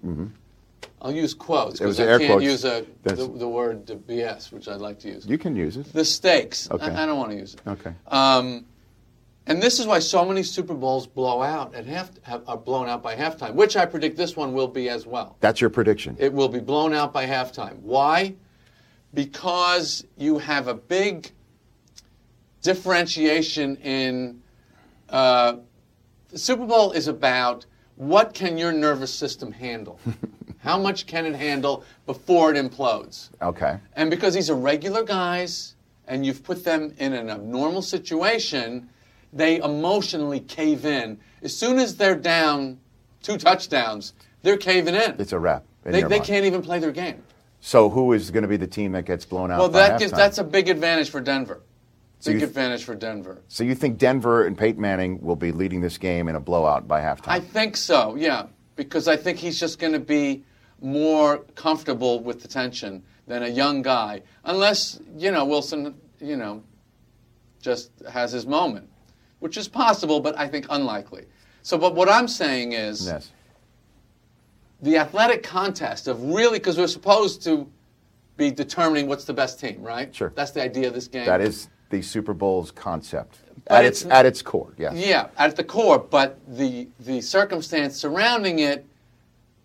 Speaker 8: I'll use quotes
Speaker 1: It was
Speaker 8: because I
Speaker 1: air
Speaker 8: can't
Speaker 1: quotes.
Speaker 8: use a, the,
Speaker 1: That's-
Speaker 8: the word BS, which I'd like to use.
Speaker 1: You can use it.
Speaker 8: the stakes. I-
Speaker 1: Okay.
Speaker 8: I, don't want to use it.
Speaker 1: Okay.
Speaker 8: Um, and this is why so many Super Bowls blow out at half, have, are blown out by halftime, which I predict this one will be as well.
Speaker 1: That's your prediction.
Speaker 8: It will be blown out by halftime. Why? Because you have a big differentiation in. Uh, the Super Bowl is about what can your nervous system handle? How much can it handle before it implodes?
Speaker 1: okay.
Speaker 8: And because these are regular guys and you've put them in an abnormal situation, they emotionally cave in. As soon as they're down two touchdowns, they're caving in.
Speaker 1: It's a wrap. in
Speaker 8: they
Speaker 1: your
Speaker 8: they
Speaker 1: mind.
Speaker 8: can't even play their game.
Speaker 1: So who is going to be the team that gets blown out?
Speaker 8: Well,
Speaker 1: by
Speaker 8: that gives,
Speaker 1: halftime?
Speaker 8: that's a big advantage for Denver.
Speaker 1: So
Speaker 8: Big
Speaker 1: you-
Speaker 8: advantage for Denver.
Speaker 1: So you think Denver and Peyton Manning will be leading this game in a blowout by halftime?
Speaker 8: I think so, yeah, because I think he's just going to be more comfortable with the tension than a young guy, unless you know Wilson, you know, just has his moment, which is possible, but I think unlikely. So, but what I'm saying is
Speaker 1: yes.
Speaker 8: the athletic contest of really because we're supposed to be determining what's the best team, right?
Speaker 1: Sure.
Speaker 8: That's the idea of this game.
Speaker 1: That is the Super Bowl's concept
Speaker 8: But
Speaker 1: at its,
Speaker 8: it's-
Speaker 1: at its core. Yes.
Speaker 8: Yeah, at the core, but the the circumstance surrounding it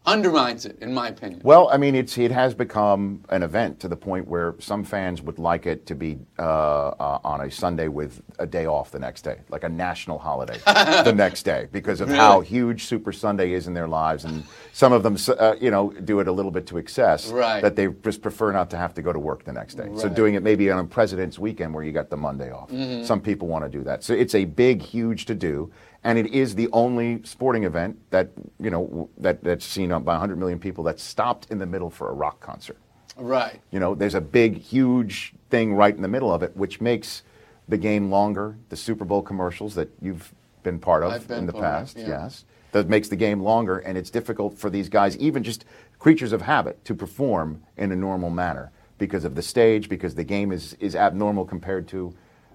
Speaker 8: undermines it, in my opinion.
Speaker 1: Well, I mean, it's it has become an event to the point where some fans would like it to be uh, uh, on a Sunday with a day off the next day, like a national holiday the next day, because of how huge Super Sunday is in their lives, and some of them, uh, you know, do it a little bit to excess.
Speaker 8: Right.
Speaker 1: That they just prefer not to have to go to work the next day. So
Speaker 8: Right. Mm-hmm.
Speaker 1: doing it maybe on a President's Weekend where you got the Monday off. Some people want to do that. So it's a big, huge to do, and it is the only sporting event that you know w- that that's seen on by 100 million people that's stopped in the middle for a rock concert.
Speaker 8: Right.
Speaker 1: You know, there's a big, huge thing right in the middle of it, which makes the game longer. The Super Bowl commercials that you've been part of
Speaker 8: I've been
Speaker 1: in the
Speaker 8: part of,
Speaker 1: past,
Speaker 8: yeah.
Speaker 1: yes, that makes the game longer, and it's difficult for these guys, even just creatures of habit, to perform in a normal manner because of the stage, because the game is is abnormal compared to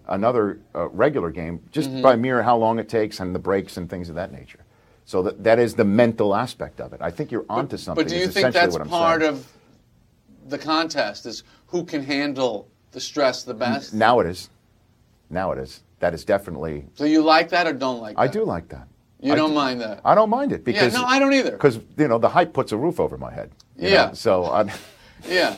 Speaker 1: another uh, regular game, just
Speaker 8: Mm-hmm.
Speaker 1: by mere how long it takes and the breaks and things of that nature. So that, that is the mental aspect of it. I think you're onto something.
Speaker 8: But do you
Speaker 1: is
Speaker 8: think
Speaker 1: essentially
Speaker 8: that's
Speaker 1: what I'm
Speaker 8: part
Speaker 1: saying.
Speaker 8: of the contest? Is who can handle the stress the best?
Speaker 1: Now it is. Now it is. That is definitely.
Speaker 8: So you like that or don't like that?
Speaker 1: I do like that.
Speaker 8: You
Speaker 1: I
Speaker 8: don't
Speaker 1: do-
Speaker 8: mind that.
Speaker 1: I don't mind it because.
Speaker 8: no, I don't either.
Speaker 1: Because you know the hype puts a roof over my head. you
Speaker 8: Yeah.
Speaker 1: know, So I'm.
Speaker 8: yeah.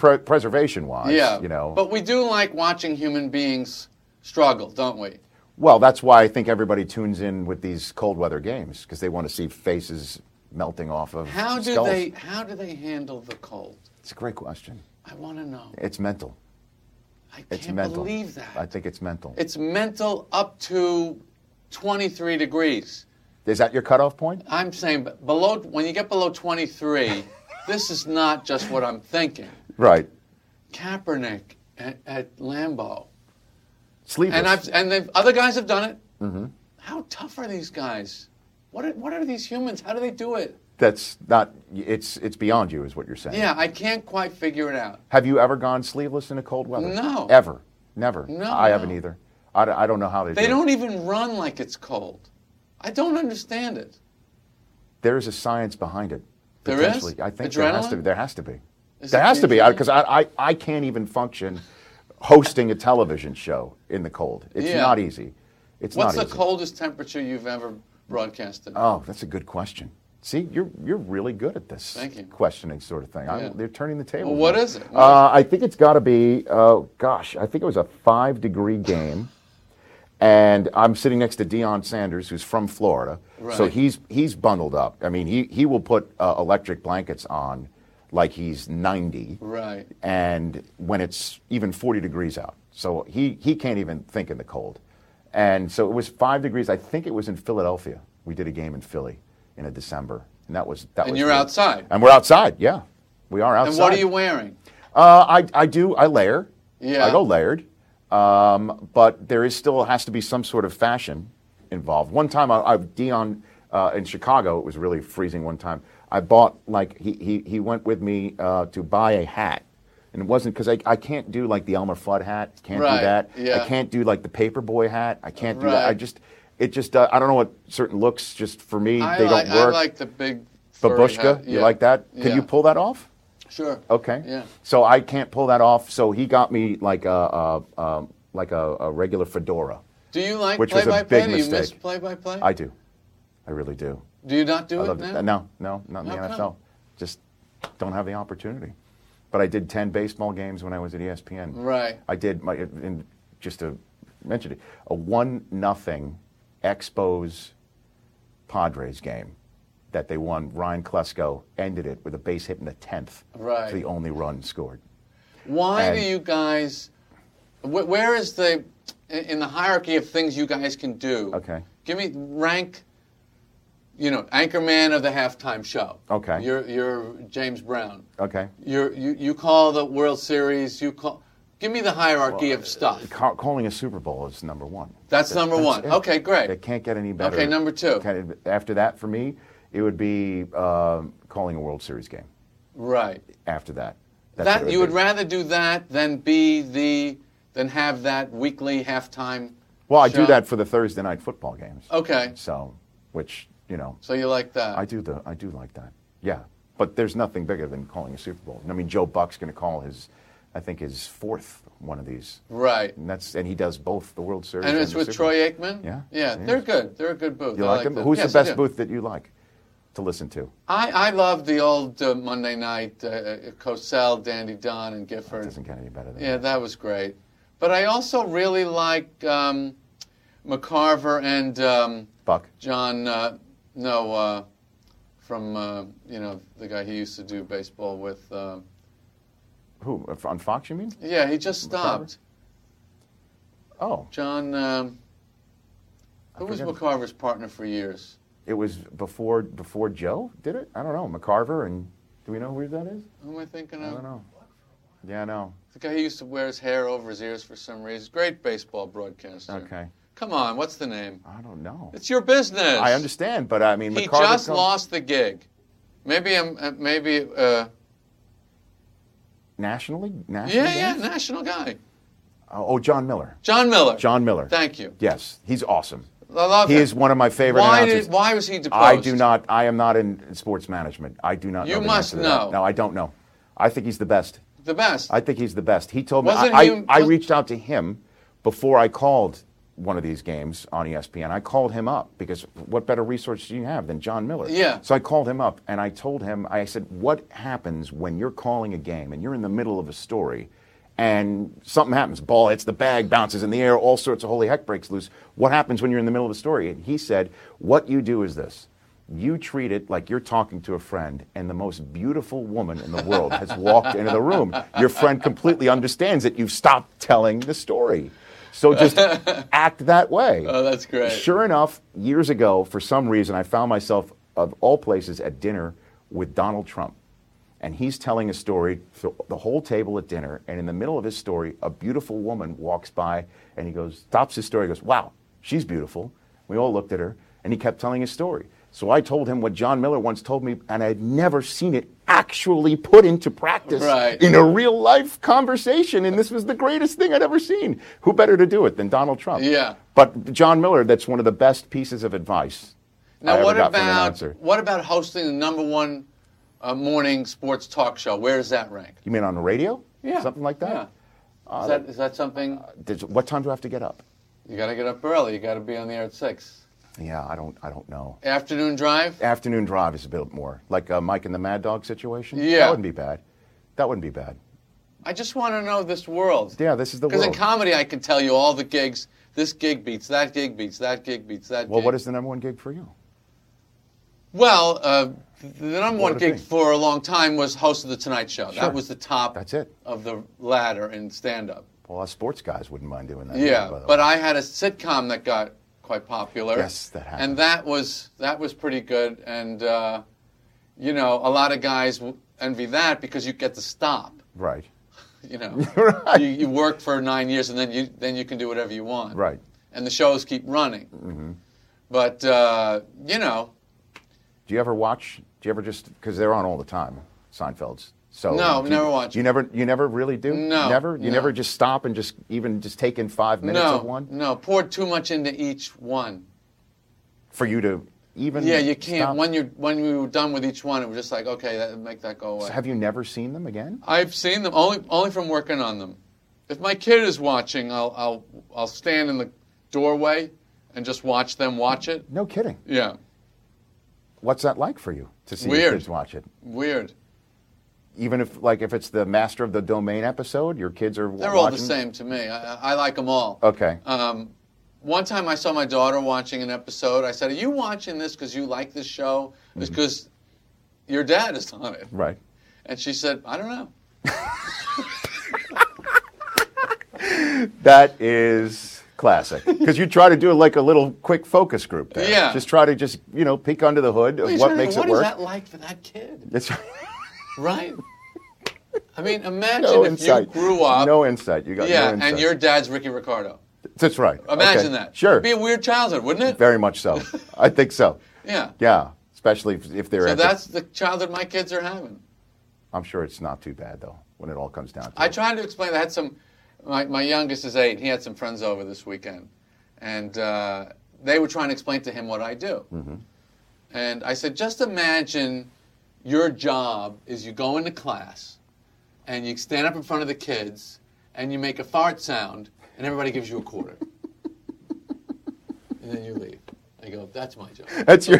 Speaker 1: Self-preservation wise,
Speaker 8: Yeah.
Speaker 1: you know.
Speaker 8: But we do like watching human beings struggle, don't we?
Speaker 1: well, that's why I think everybody tunes in with these cold weather games because they want to see faces melting off of.
Speaker 8: How do
Speaker 1: skulls.
Speaker 8: they how do they handle the cold?
Speaker 1: It's a great question.
Speaker 8: I want to know.
Speaker 1: It's mental.
Speaker 8: I
Speaker 1: It's
Speaker 8: can't
Speaker 1: mental.
Speaker 8: believe that.
Speaker 1: I think it's mental.
Speaker 8: it's mental up to 23 degrees.
Speaker 1: is that your cutoff point?
Speaker 8: I'm saying b- below when you get below 23, this is not just what I'm thinking.
Speaker 1: Right.
Speaker 8: Kaepernick at, at Lambeau,
Speaker 1: Sleeveless.
Speaker 8: and I've and the other guys have done it.
Speaker 1: Mm-hmm.
Speaker 8: How tough are these guys? What are, what are these humans? How do they do it?
Speaker 1: that's not. It's it's beyond you, is what you're saying.
Speaker 8: Yeah, I can't quite figure it out.
Speaker 1: Have you ever gone sleeveless in a cold weather?
Speaker 8: No.
Speaker 1: Ever? Never?
Speaker 8: No,
Speaker 1: I
Speaker 8: no.
Speaker 1: haven't either. I, don't- I don't know how they,
Speaker 8: They
Speaker 1: do
Speaker 8: don't
Speaker 1: it.
Speaker 8: even run like it's cold. I don't understand it.
Speaker 1: There is a science behind it.
Speaker 8: There is?
Speaker 1: potentially. I think there has to be.
Speaker 8: Adrenaline?
Speaker 1: There has to be.
Speaker 8: Is
Speaker 1: there
Speaker 8: it
Speaker 1: has to be
Speaker 8: adrenaline?
Speaker 1: because I, I, I can't even function hosting a television show in the cold. It's
Speaker 8: Yeah.
Speaker 1: not easy. It's
Speaker 8: What's
Speaker 1: not
Speaker 8: the
Speaker 1: easy.
Speaker 8: coldest temperature you've ever broadcasted?
Speaker 1: Oh, that's a good question. See, you're you're really good at this
Speaker 8: Thank you.
Speaker 1: questioning sort of thing. I,
Speaker 8: Yeah.
Speaker 1: they're turning the table.
Speaker 8: Well, what
Speaker 1: now.
Speaker 8: is it? What
Speaker 1: uh, I think it's got to be. Oh gosh, I think it was a five degree game, and I'm sitting next to Deion Sanders, who's from Florida. So
Speaker 8: Right.
Speaker 1: he's he's bundled up. I mean, he he will put uh, electric blankets on, like he's 90
Speaker 8: right.
Speaker 1: and when it's even 40 degrees out. So he, he can't even think in the cold. And so it was five degrees. I think it was in Philadelphia. We did a game in Philly in a December, and that was that.
Speaker 8: And
Speaker 1: was
Speaker 8: you're
Speaker 1: weird.
Speaker 8: outside.
Speaker 1: And we're outside. Yeah, we are outside.
Speaker 8: And what are you wearing?
Speaker 1: Uh, I I do I layer.
Speaker 8: Yeah.
Speaker 1: I go layered. Um, but there is still has to be some sort of fashion involved. One time I, I Dion uh, in Chicago, it was really freezing. One time I bought like he he, he went with me uh, to buy a hat. And it wasn't because I, I can't do like the Elmer Fudd hat. Can't
Speaker 8: Right,
Speaker 1: do that.
Speaker 8: yeah.
Speaker 1: I can't do like the paperboy hat. I can't do that.
Speaker 8: Right.
Speaker 1: I just, it just, uh, I don't know what certain looks just for me,
Speaker 8: I
Speaker 1: they
Speaker 8: like,
Speaker 1: don't work.
Speaker 8: I like the big. furry
Speaker 1: Babushka,
Speaker 8: hat.
Speaker 1: you
Speaker 8: Yeah.
Speaker 1: like that? Can
Speaker 8: Yeah.
Speaker 1: you pull that off?
Speaker 8: Sure.
Speaker 1: Okay.
Speaker 8: Yeah.
Speaker 1: So I can't pull that off. So he got me like a, a, a like a, a regular fedora.
Speaker 8: Do you like
Speaker 1: Which was a
Speaker 8: play-by-play?
Speaker 1: big
Speaker 8: do you miss
Speaker 1: mistake.
Speaker 8: play-by-play?
Speaker 1: I do. I really do.
Speaker 8: do you not do
Speaker 1: I
Speaker 8: it
Speaker 1: love
Speaker 8: now?
Speaker 1: it. Uh, No, no, not in the
Speaker 8: How
Speaker 1: NFL.
Speaker 8: come?
Speaker 1: Just don't have the opportunity. But I did ten baseball games when I was at E ESPN.
Speaker 8: Right.
Speaker 1: I did my and just to mention it a one nothing Expos Padres game that they won. Ryan Klesko ended it with a base hit in the tenth.
Speaker 8: Right.
Speaker 1: The only run scored.
Speaker 8: Why do
Speaker 1: And-
Speaker 8: you guys Wh- where is the in- in the hierarchy of things you guys can do?
Speaker 1: Okay.
Speaker 8: Give me rank. You know, anchorman of the halftime show.
Speaker 1: Okay.
Speaker 8: You're you're James Brown.
Speaker 1: Okay.
Speaker 8: You're, you you call the World Series. You call. Give me the hierarchy of stuff.
Speaker 1: Ca- calling a Super Bowl is number one.
Speaker 8: That's number one.
Speaker 1: it.
Speaker 8: Okay, great.
Speaker 1: It can't get any better.
Speaker 8: Okay, number two.
Speaker 1: Can- after that, for me, it would be um calling a World Series game.
Speaker 8: Right.
Speaker 1: After that, That's what it
Speaker 8: That you would
Speaker 1: be.
Speaker 8: rather do that than be the than have that weekly halftime.
Speaker 1: Well, I do
Speaker 8: show?
Speaker 1: that for the Thursday night football games.
Speaker 8: Okay.
Speaker 1: So, which you know,
Speaker 8: So you like that?
Speaker 1: I do the I do like that. Yeah, but there's nothing bigger than calling a Super Bowl. I mean, Joe Buck's going to call his, I think his fourth one of these.
Speaker 8: right.
Speaker 1: And that's and he does both the World Series.
Speaker 8: And it's
Speaker 1: the
Speaker 8: with
Speaker 1: Super Bowl.
Speaker 8: Troy Aikman.
Speaker 1: Yeah,
Speaker 8: Yeah,
Speaker 1: it
Speaker 8: they're
Speaker 1: is.
Speaker 8: good. They're a good booth.
Speaker 1: You
Speaker 8: I
Speaker 1: like,
Speaker 8: like
Speaker 1: him?
Speaker 8: them.
Speaker 1: Who's
Speaker 8: Yes,
Speaker 1: the
Speaker 8: I
Speaker 1: best
Speaker 8: do.
Speaker 1: booth that you like to listen to?
Speaker 8: I, I love the old uh, Monday night uh, uh, Cosell, Dandy Don, and Gifford.
Speaker 1: Doesn't get any better than
Speaker 8: Yeah,
Speaker 1: that.
Speaker 8: that was great. But I also really like um, McCarver and um,
Speaker 1: Buck.
Speaker 8: John. Uh, no, uh, from uh, you know the guy he used to do baseball with. Um,
Speaker 1: Who on Fox? You mean?
Speaker 8: yeah, he just stopped.
Speaker 1: Oh,
Speaker 8: John. Um, who was
Speaker 1: forget.
Speaker 8: McCarver's partner for years?
Speaker 1: it was before before Joe did it. I don't know. McCarver and do we know who that is?
Speaker 8: Who am I thinking
Speaker 1: I
Speaker 8: of?
Speaker 1: don't know. Yeah, I know.
Speaker 8: The guy who used to wear his hair over his ears for some reason. Great baseball broadcaster.
Speaker 1: Okay.
Speaker 8: Come on, what's the name?
Speaker 1: I don't know.
Speaker 8: It's your business.
Speaker 1: I understand, but I mean,
Speaker 8: He
Speaker 1: McCarver
Speaker 8: just
Speaker 1: comes-
Speaker 8: lost the gig. Maybe I'm. uh, Maybe. Uh,
Speaker 1: nationally. National
Speaker 8: yeah, yeah,
Speaker 1: games?
Speaker 8: national guy.
Speaker 1: Oh, oh, John Miller.
Speaker 8: John Miller.
Speaker 1: John Miller.
Speaker 8: Thank you.
Speaker 1: Yes, he's awesome.
Speaker 8: I love
Speaker 1: He
Speaker 8: him.
Speaker 1: is one of my favorite
Speaker 8: Why
Speaker 1: announcers.
Speaker 8: did? Why was he deposed?
Speaker 1: I do not. I am not in in sports management. I do not.
Speaker 8: You
Speaker 1: know the
Speaker 8: must
Speaker 1: answer to that.
Speaker 8: know.
Speaker 1: No, I don't know. I think he's the best.
Speaker 8: The best.
Speaker 1: I think he's the best. He told me.
Speaker 8: Wasn't
Speaker 1: I,
Speaker 8: he-
Speaker 1: I, I
Speaker 8: was-
Speaker 1: reached out to him before I called one of these games on E ESPN. I called him up because what better resource do you have than John Miller?
Speaker 8: Yeah.
Speaker 1: So I called him up and I told him, I said, what happens when you're calling a game and you're in the middle of a story and something happens? Ball hits the bag, bounces in the air, all sorts of holy heck breaks loose. What happens when you're in the middle of a story? And he said, what you do is this. You treat it like you're talking to a friend, and the most beautiful woman in the world has walked into the room. Your friend completely understands that you've stopped telling the story. So just act that way.
Speaker 8: Oh, that's great.
Speaker 1: Sure enough, years ago, for some reason, I found myself, of all places, at dinner with Donald Trump. And he's telling a story to the whole table at dinner. And in the middle of his story, a beautiful woman walks by and he goes, stops his story, goes, Wow, she's beautiful. We all looked at her and he kept telling his story. So I told him what John Miller once told me, and I had never seen it actually put into practice
Speaker 8: Right.
Speaker 1: in a real life conversation. And this was the greatest thing I'd ever seen. Who better to do it than Donald Trump?
Speaker 8: Yeah.
Speaker 1: But John Miller, that's one of the best pieces of advice I
Speaker 8: now,
Speaker 1: ever
Speaker 8: what
Speaker 1: got from an
Speaker 8: about
Speaker 1: announcer.
Speaker 8: what about hosting the number one uh, morning sports talk show? Where does that rank?
Speaker 1: You mean on the radio?
Speaker 8: Yeah.
Speaker 1: Something like that?
Speaker 8: Yeah. is that is that something?
Speaker 1: Does- what time do I have to get up?
Speaker 8: You got to get up early. You got to be on the air at six.
Speaker 1: Yeah, I don't, I don't know.
Speaker 8: Afternoon drive.
Speaker 1: Afternoon drive is a bit more like a Mike and the Mad Dog situation.
Speaker 8: Yeah.
Speaker 1: That wouldn't be bad. That wouldn't be bad.
Speaker 8: I just want to know this world.
Speaker 1: Yeah, this is the
Speaker 8: Because in
Speaker 1: world.
Speaker 8: comedy, I can tell you all the gigs. This gig beats that gig beats that gig beats that.
Speaker 1: well,
Speaker 8: gig.
Speaker 1: what is the number one gig for you?
Speaker 8: Well, uh, the number one
Speaker 1: What a
Speaker 8: gig
Speaker 1: thing.
Speaker 8: for a long time was host of the Tonight Show.
Speaker 1: Sure.
Speaker 8: That was the top.
Speaker 1: That's it.
Speaker 8: Of the ladder in stand-up.
Speaker 1: Well, us sports guys wouldn't mind doing that.
Speaker 8: Yeah,
Speaker 1: by the
Speaker 8: but
Speaker 1: way.
Speaker 8: I had a sitcom that got quite popular.
Speaker 1: Yes, that happened.
Speaker 8: And that was that was pretty good, and uh, you know, a lot of guys w- envy that because you get to stop.
Speaker 1: Right.
Speaker 8: You know, you, you work for nine years, and then you then you can do whatever you want.
Speaker 1: Right. Mm-hmm.
Speaker 8: And the shows keep running. But uh, you know,
Speaker 1: Do you ever watch? Do you ever just because they're on all the time, Seinfeld's. So
Speaker 8: No,
Speaker 1: do
Speaker 8: never
Speaker 1: you,
Speaker 8: watch.
Speaker 1: You never, you never really do.
Speaker 8: No,
Speaker 1: never. You
Speaker 8: no.
Speaker 1: never just stop and just even just take in five minutes
Speaker 8: no,
Speaker 1: of one
Speaker 8: no, pour too much into each one.
Speaker 1: for you to even.
Speaker 8: Yeah, you can't.
Speaker 1: stop?
Speaker 8: When you when we were done with each one, it was just like, okay, that, make that go away.
Speaker 1: So have you never seen them again?
Speaker 8: I've seen them only only from working on them. If my kid is watching, I'll I'll I'll stand in the doorway and just watch them watch it.
Speaker 1: No kidding.
Speaker 8: Yeah,
Speaker 1: What's that like for you to see your
Speaker 8: Weird.
Speaker 1: kids watch it?
Speaker 8: weird.
Speaker 1: Even if, like, if it's the Master of the Domain episode, your kids are.
Speaker 8: They're all the same to me. I, I- I like them all.
Speaker 1: Okay.
Speaker 8: Um, one time I saw my daughter watching an episode. I said, "Are you watching this because you like this show? It's
Speaker 1: Mm-hmm.
Speaker 8: because your dad is on it."
Speaker 1: right.
Speaker 8: And she said, "I don't know."
Speaker 1: That is classic. Because you try to do like a little quick focus group there.
Speaker 8: Yeah.
Speaker 1: Just try to just, you know, peek under the hood of
Speaker 8: Please,
Speaker 1: what makes
Speaker 8: what
Speaker 1: it
Speaker 8: is
Speaker 1: work.
Speaker 8: that like for that kid?
Speaker 1: It's
Speaker 8: Right? I mean, imagine
Speaker 1: no
Speaker 8: if
Speaker 1: insight.
Speaker 8: you grew up.
Speaker 1: No insight. You got
Speaker 8: yeah,
Speaker 1: no insight.
Speaker 8: and your dad's Ricky Ricardo.
Speaker 1: That's right.
Speaker 8: Imagine
Speaker 1: Okay.
Speaker 8: that.
Speaker 1: Sure.
Speaker 8: It'd be a weird childhood, wouldn't it?
Speaker 1: Very much so. I think so.
Speaker 8: yeah.
Speaker 1: Yeah. Especially if, if they're.
Speaker 8: So
Speaker 1: at the-
Speaker 8: that's the childhood my kids are having.
Speaker 1: I'm sure it's not too bad though. When it all comes down to
Speaker 8: I
Speaker 1: it.
Speaker 8: tried to explain. I had some. My, my youngest is eight. He had some friends over this weekend, and uh, they were trying to explain to him what I do.
Speaker 1: Mm-hmm.
Speaker 8: And I said, just imagine your job is you go into class, and you stand up in front of the kids, and you make a fart sound, and everybody gives you a quarter, and then you leave. I go, that's my job.
Speaker 1: That's your.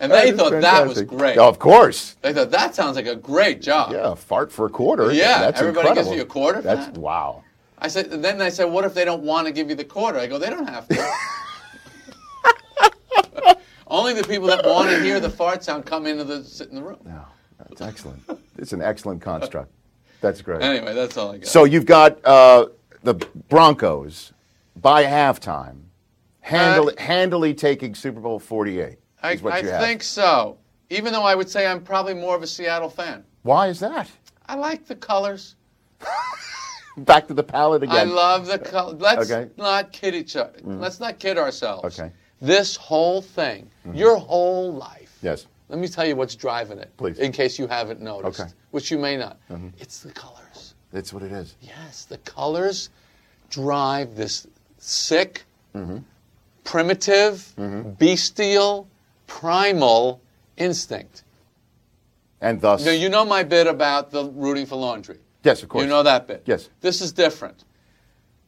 Speaker 8: And they thought that was
Speaker 1: Fantastic.
Speaker 8: great.
Speaker 1: Of course.
Speaker 8: They thought that sounds like a great job.
Speaker 1: Yeah, fart for a quarter.
Speaker 8: Yeah,
Speaker 1: that's
Speaker 8: everybody gives
Speaker 1: incredible.
Speaker 8: you a quarter for
Speaker 1: That's
Speaker 8: that?
Speaker 1: wow.
Speaker 8: I said, and then I said, what if they don't want to give you the quarter? I go, they don't have to. Only the people that want to hear the fart sound come into the sit in the room.
Speaker 1: Wow, that's excellent. it's an excellent construct. That's great.
Speaker 8: Anyway, that's all I got.
Speaker 1: So you've got uh, the Broncos by halftime, handily, handily taking Super Bowl 48.
Speaker 8: Uh, I,
Speaker 1: is what
Speaker 8: I
Speaker 1: you have.
Speaker 8: think so. Even though I would say I'm probably more of a Seattle fan.
Speaker 1: Why is that?
Speaker 8: I like the colors.
Speaker 1: Back to the palette again.
Speaker 8: I love the color. Let's
Speaker 1: Okay. Mm-hmm.
Speaker 8: not kid each other. Let's not kid ourselves.
Speaker 1: Okay. Mm-hmm.
Speaker 8: This whole thing, your whole life.
Speaker 1: Yes.
Speaker 8: Let me tell you what's driving it.
Speaker 1: Please.
Speaker 8: In case you haven't noticed.
Speaker 1: Okay. Mm-hmm.
Speaker 8: Which you may not. It's the colors.
Speaker 1: That's what it is.
Speaker 8: Yes, the colors drive this sick,
Speaker 1: Mm-hmm.
Speaker 8: primitive, bestial, primal instinct.
Speaker 1: And thus,
Speaker 8: Now, you know my bit about the rooting for laundry.
Speaker 1: yes, of course.
Speaker 8: You know that bit.
Speaker 1: Yes.
Speaker 8: This is different.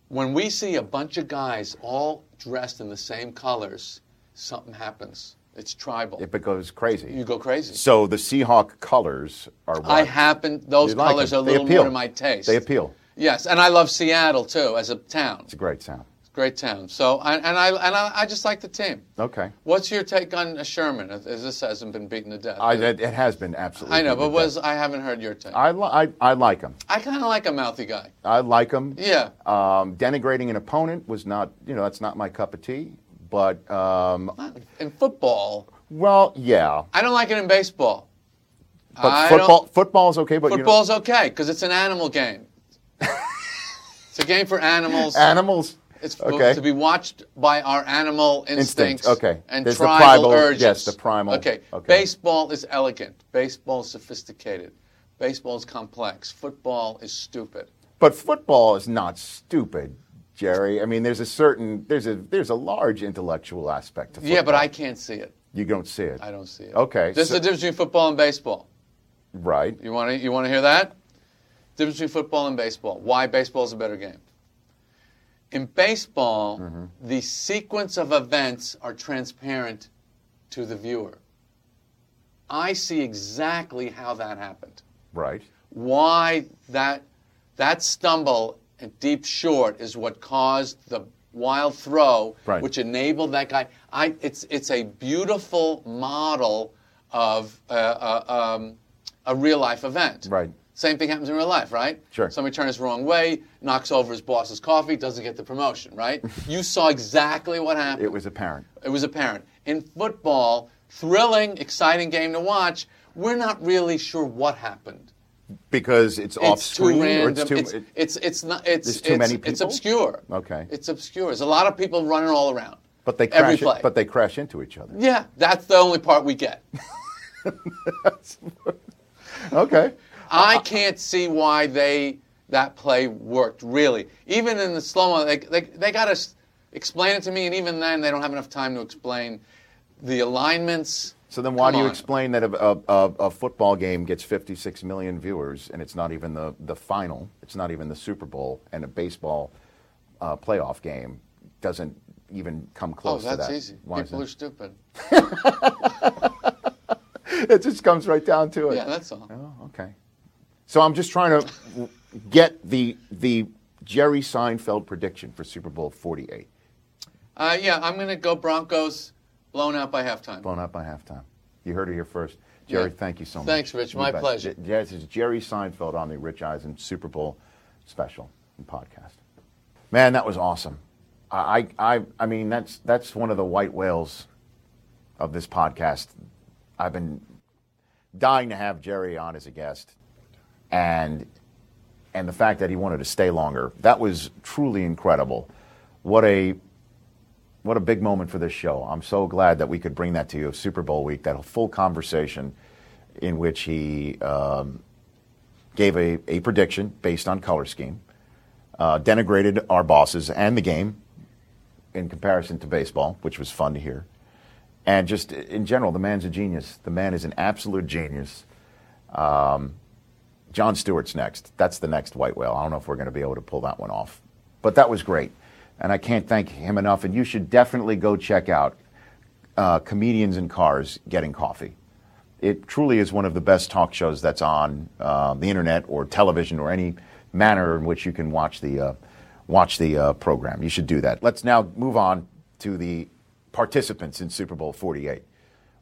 Speaker 8: When we see a bunch of guys all dressed in the same colors, something happens. It's tribal.
Speaker 1: it goes crazy.
Speaker 8: you go crazy.
Speaker 1: so the Seahawk colors are. What
Speaker 8: I happen those
Speaker 1: you like
Speaker 8: colors
Speaker 1: them.
Speaker 8: are a
Speaker 1: They
Speaker 8: little
Speaker 1: appeal.
Speaker 8: more to my taste.
Speaker 1: They appeal.
Speaker 8: Yes, and I love Seattle too as a town.
Speaker 1: It's a great sound.
Speaker 8: Great town. So, I- and I and I, I just like the team.
Speaker 1: Okay.
Speaker 8: What's your take on Sherman? As as this hasn't been beaten to death.
Speaker 1: I, it, it has been absolutely.
Speaker 8: I know, but
Speaker 1: good.
Speaker 8: was I haven't heard your take. I,
Speaker 1: I, li- I, I like him.
Speaker 8: kind of like a mouthy guy.
Speaker 1: I like him.
Speaker 8: Yeah.
Speaker 1: Um, denigrating an opponent was not, you know, that's not my cup of tea. But um,
Speaker 8: In football,
Speaker 1: well, yeah.
Speaker 8: I don't like it in baseball.
Speaker 1: But
Speaker 8: I don't-
Speaker 1: football, football is okay. But
Speaker 8: Football's okay because it's an animal game. it's a game for animals.
Speaker 1: you know, animals.
Speaker 8: It's for,
Speaker 1: okay.
Speaker 8: to be watched by our animal instincts.
Speaker 1: Instinct, okay.
Speaker 8: And
Speaker 1: There's the
Speaker 8: tribal
Speaker 1: primal-
Speaker 8: urges.
Speaker 1: yes, the primal,
Speaker 8: Okay.
Speaker 1: okay.
Speaker 8: Baseball is elegant. Baseball is sophisticated. Baseball is complex. Football is stupid.
Speaker 1: but football is not stupid, Jerry. I mean, there's a certain there's a there's a large intellectual aspect to football.
Speaker 8: Yeah, but I can't see it.
Speaker 1: you don't see it.
Speaker 8: I don't see it.
Speaker 1: Okay,
Speaker 8: This
Speaker 1: so-
Speaker 8: is the difference between football and baseball.
Speaker 1: Right.
Speaker 8: You want to you want to hear that? Difference between football and baseball. Why baseball is a better game? In baseball, the sequence of events are transparent to the viewer. I see exactly how that happened.
Speaker 1: Right.
Speaker 8: Why that that stumble and deep short is what caused the wild throw,
Speaker 1: Right.
Speaker 8: which enabled that guy. I it's it's a beautiful model of uh, uh, um, a real life event.
Speaker 1: Right.
Speaker 8: Same thing happens in real life, right?
Speaker 1: Sure.
Speaker 8: Somebody turns the wrong way, knocks over his boss's coffee, doesn't get the promotion, right? you saw exactly what happened.
Speaker 1: It was apparent.
Speaker 8: It was apparent. In football, thrilling, exciting game to watch, we're not really sure what happened.
Speaker 1: Because it's, off
Speaker 8: it's
Speaker 1: screen
Speaker 8: too random.
Speaker 1: or it's too
Speaker 8: it's,
Speaker 1: it-
Speaker 8: it's, it's not. It's,
Speaker 1: There's too
Speaker 8: it's,
Speaker 1: many
Speaker 8: It's
Speaker 1: people?
Speaker 8: obscure.
Speaker 1: Okay.
Speaker 8: It's obscure. There's a lot of people running all around.
Speaker 1: but they
Speaker 8: every
Speaker 1: crash
Speaker 8: play.
Speaker 1: it, but they crash into each other.
Speaker 8: yeah, that's the only part we get.
Speaker 1: Okay.
Speaker 8: I can't see why they that play worked really. Even in the slow mo, they they, they got to explain it to me, and even then, they don't have enough time to explain the alignments.
Speaker 1: So then, why
Speaker 8: Come
Speaker 1: do you
Speaker 8: on.
Speaker 1: explain that a, a, a, a football game gets 56 million viewers and it's not even the, the final, it's not even the Super Bowl, and a baseball uh, playoff game doesn't even come
Speaker 8: Oh,
Speaker 1: close to that?
Speaker 8: that's easy.
Speaker 1: Why is
Speaker 8: People are
Speaker 1: that?
Speaker 8: stupid.
Speaker 1: It just comes right down to it.
Speaker 8: Yeah, that's all.
Speaker 1: Oh, okay. So I'm just trying to get the the Jerry Seinfeld prediction for Super Bowl 48
Speaker 8: Uh, yeah, I'm gonna go Broncos, blown out by halftime.
Speaker 1: blown up by halftime. You heard it here first. Jerry,
Speaker 8: Yeah.
Speaker 1: thank you so much.
Speaker 8: Thanks, Rich.
Speaker 1: You
Speaker 8: My
Speaker 1: bet.
Speaker 8: pleasure.
Speaker 1: J- Yes, it's Jerry Seinfeld on the Rich Eisen Super Bowl special and podcast. Man, that was awesome. I, I, I- I mean, that's that's one of the white whales of this podcast. I've been dying to have Jerry on as a guest, and and the fact that he wanted to stay longer that was truly incredible. What a what a big moment for this show. I'm so glad that we could bring that to you, Super Bowl week, that full conversation in which he um, gave a, a prediction based on color scheme, uh, denigrated our bosses and the game in comparison to baseball, which was fun to hear. And just i- in general, the man's a genius. The man is an absolute genius. Um, John Stewart's next. That's the next white whale. I don't know if we're going to be able to pull that one off. But that was great. And I can't thank him enough. And you should definitely go check out uh, Comedians in Cars Getting Coffee. It truly is one of the best talk shows that's on uh, the internet or television or any manner in which you can watch the, uh, watch the uh, program. You should do that. Let's now move on to the participants in Super Bowl 48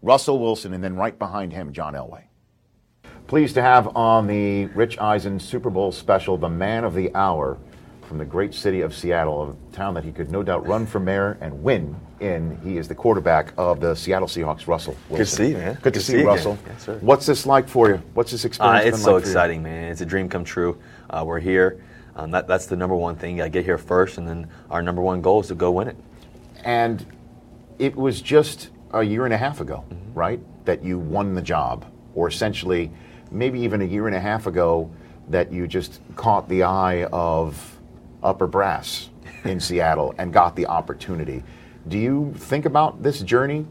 Speaker 1: Russell Wilson, and then right behind him, John Elway. Pleased to have on the Rich Eisen Super Bowl special the man of the hour from the great city of Seattle, a town that he could no doubt run for mayor and win in. He is the quarterback of the Seattle Seahawks, Russell Wilson.
Speaker 9: Good to see you, man.
Speaker 1: Good, to, see you,
Speaker 9: again.
Speaker 1: Russell.
Speaker 9: Yes, sir.
Speaker 1: What's this like for you? What's this
Speaker 9: Uh,
Speaker 1: experience?
Speaker 9: it's
Speaker 1: been
Speaker 9: so
Speaker 1: like for you?
Speaker 9: exciting, man. It's a dream come true. Uh, we're here. Um, that, that's the number one thing. I get here first, and then our number one goal is to go win it.
Speaker 1: And it was just a year and a half ago, right, that you won the job, or essentially, maybe even a year and a half ago, that you just caught the eye of upper brass in Seattle and got the opportunity. Do you think about this journey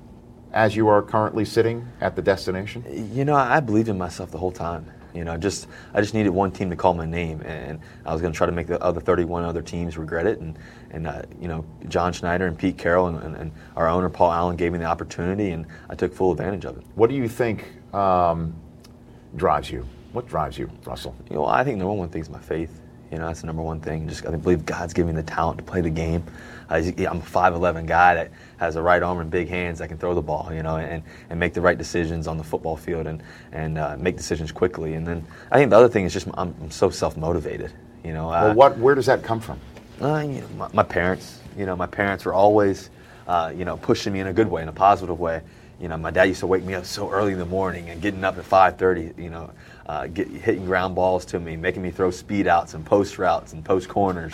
Speaker 1: as you are currently sitting at the destination?
Speaker 9: You know, I, I believed in myself the whole time. You know, I just I just needed one team to call my name, and I was going to try to make the other 31 other teams regret it. And and uh, you know, John Schneider and Pete Carroll and, and, and our owner Paul Allen gave me the opportunity, and I took full advantage of it.
Speaker 1: What do you think um, drives you? What drives you, Russell?
Speaker 9: You know, I think number one thing is my faith. You know, that's the number one thing. Just I believe God's given me the talent to play the game. Uh, he's- I'm a 5'11 guy that has a right arm and big hands that can throw the ball. You know, and, and make the right decisions on the football field and and uh, make decisions quickly. And then I think the other thing is just I'm, I'm so self motivated. You know, uh,
Speaker 1: Well, what, where does that come from?
Speaker 9: uh, you know, my, my parents. You know, my parents were always, uh, you know, pushing me in a good way, in a positive way. You know, my dad used to wake me up so early in the morning and getting up at 5:30. You know, uh, get, hitting ground balls to me, making me throw speed outs and post routes and post corners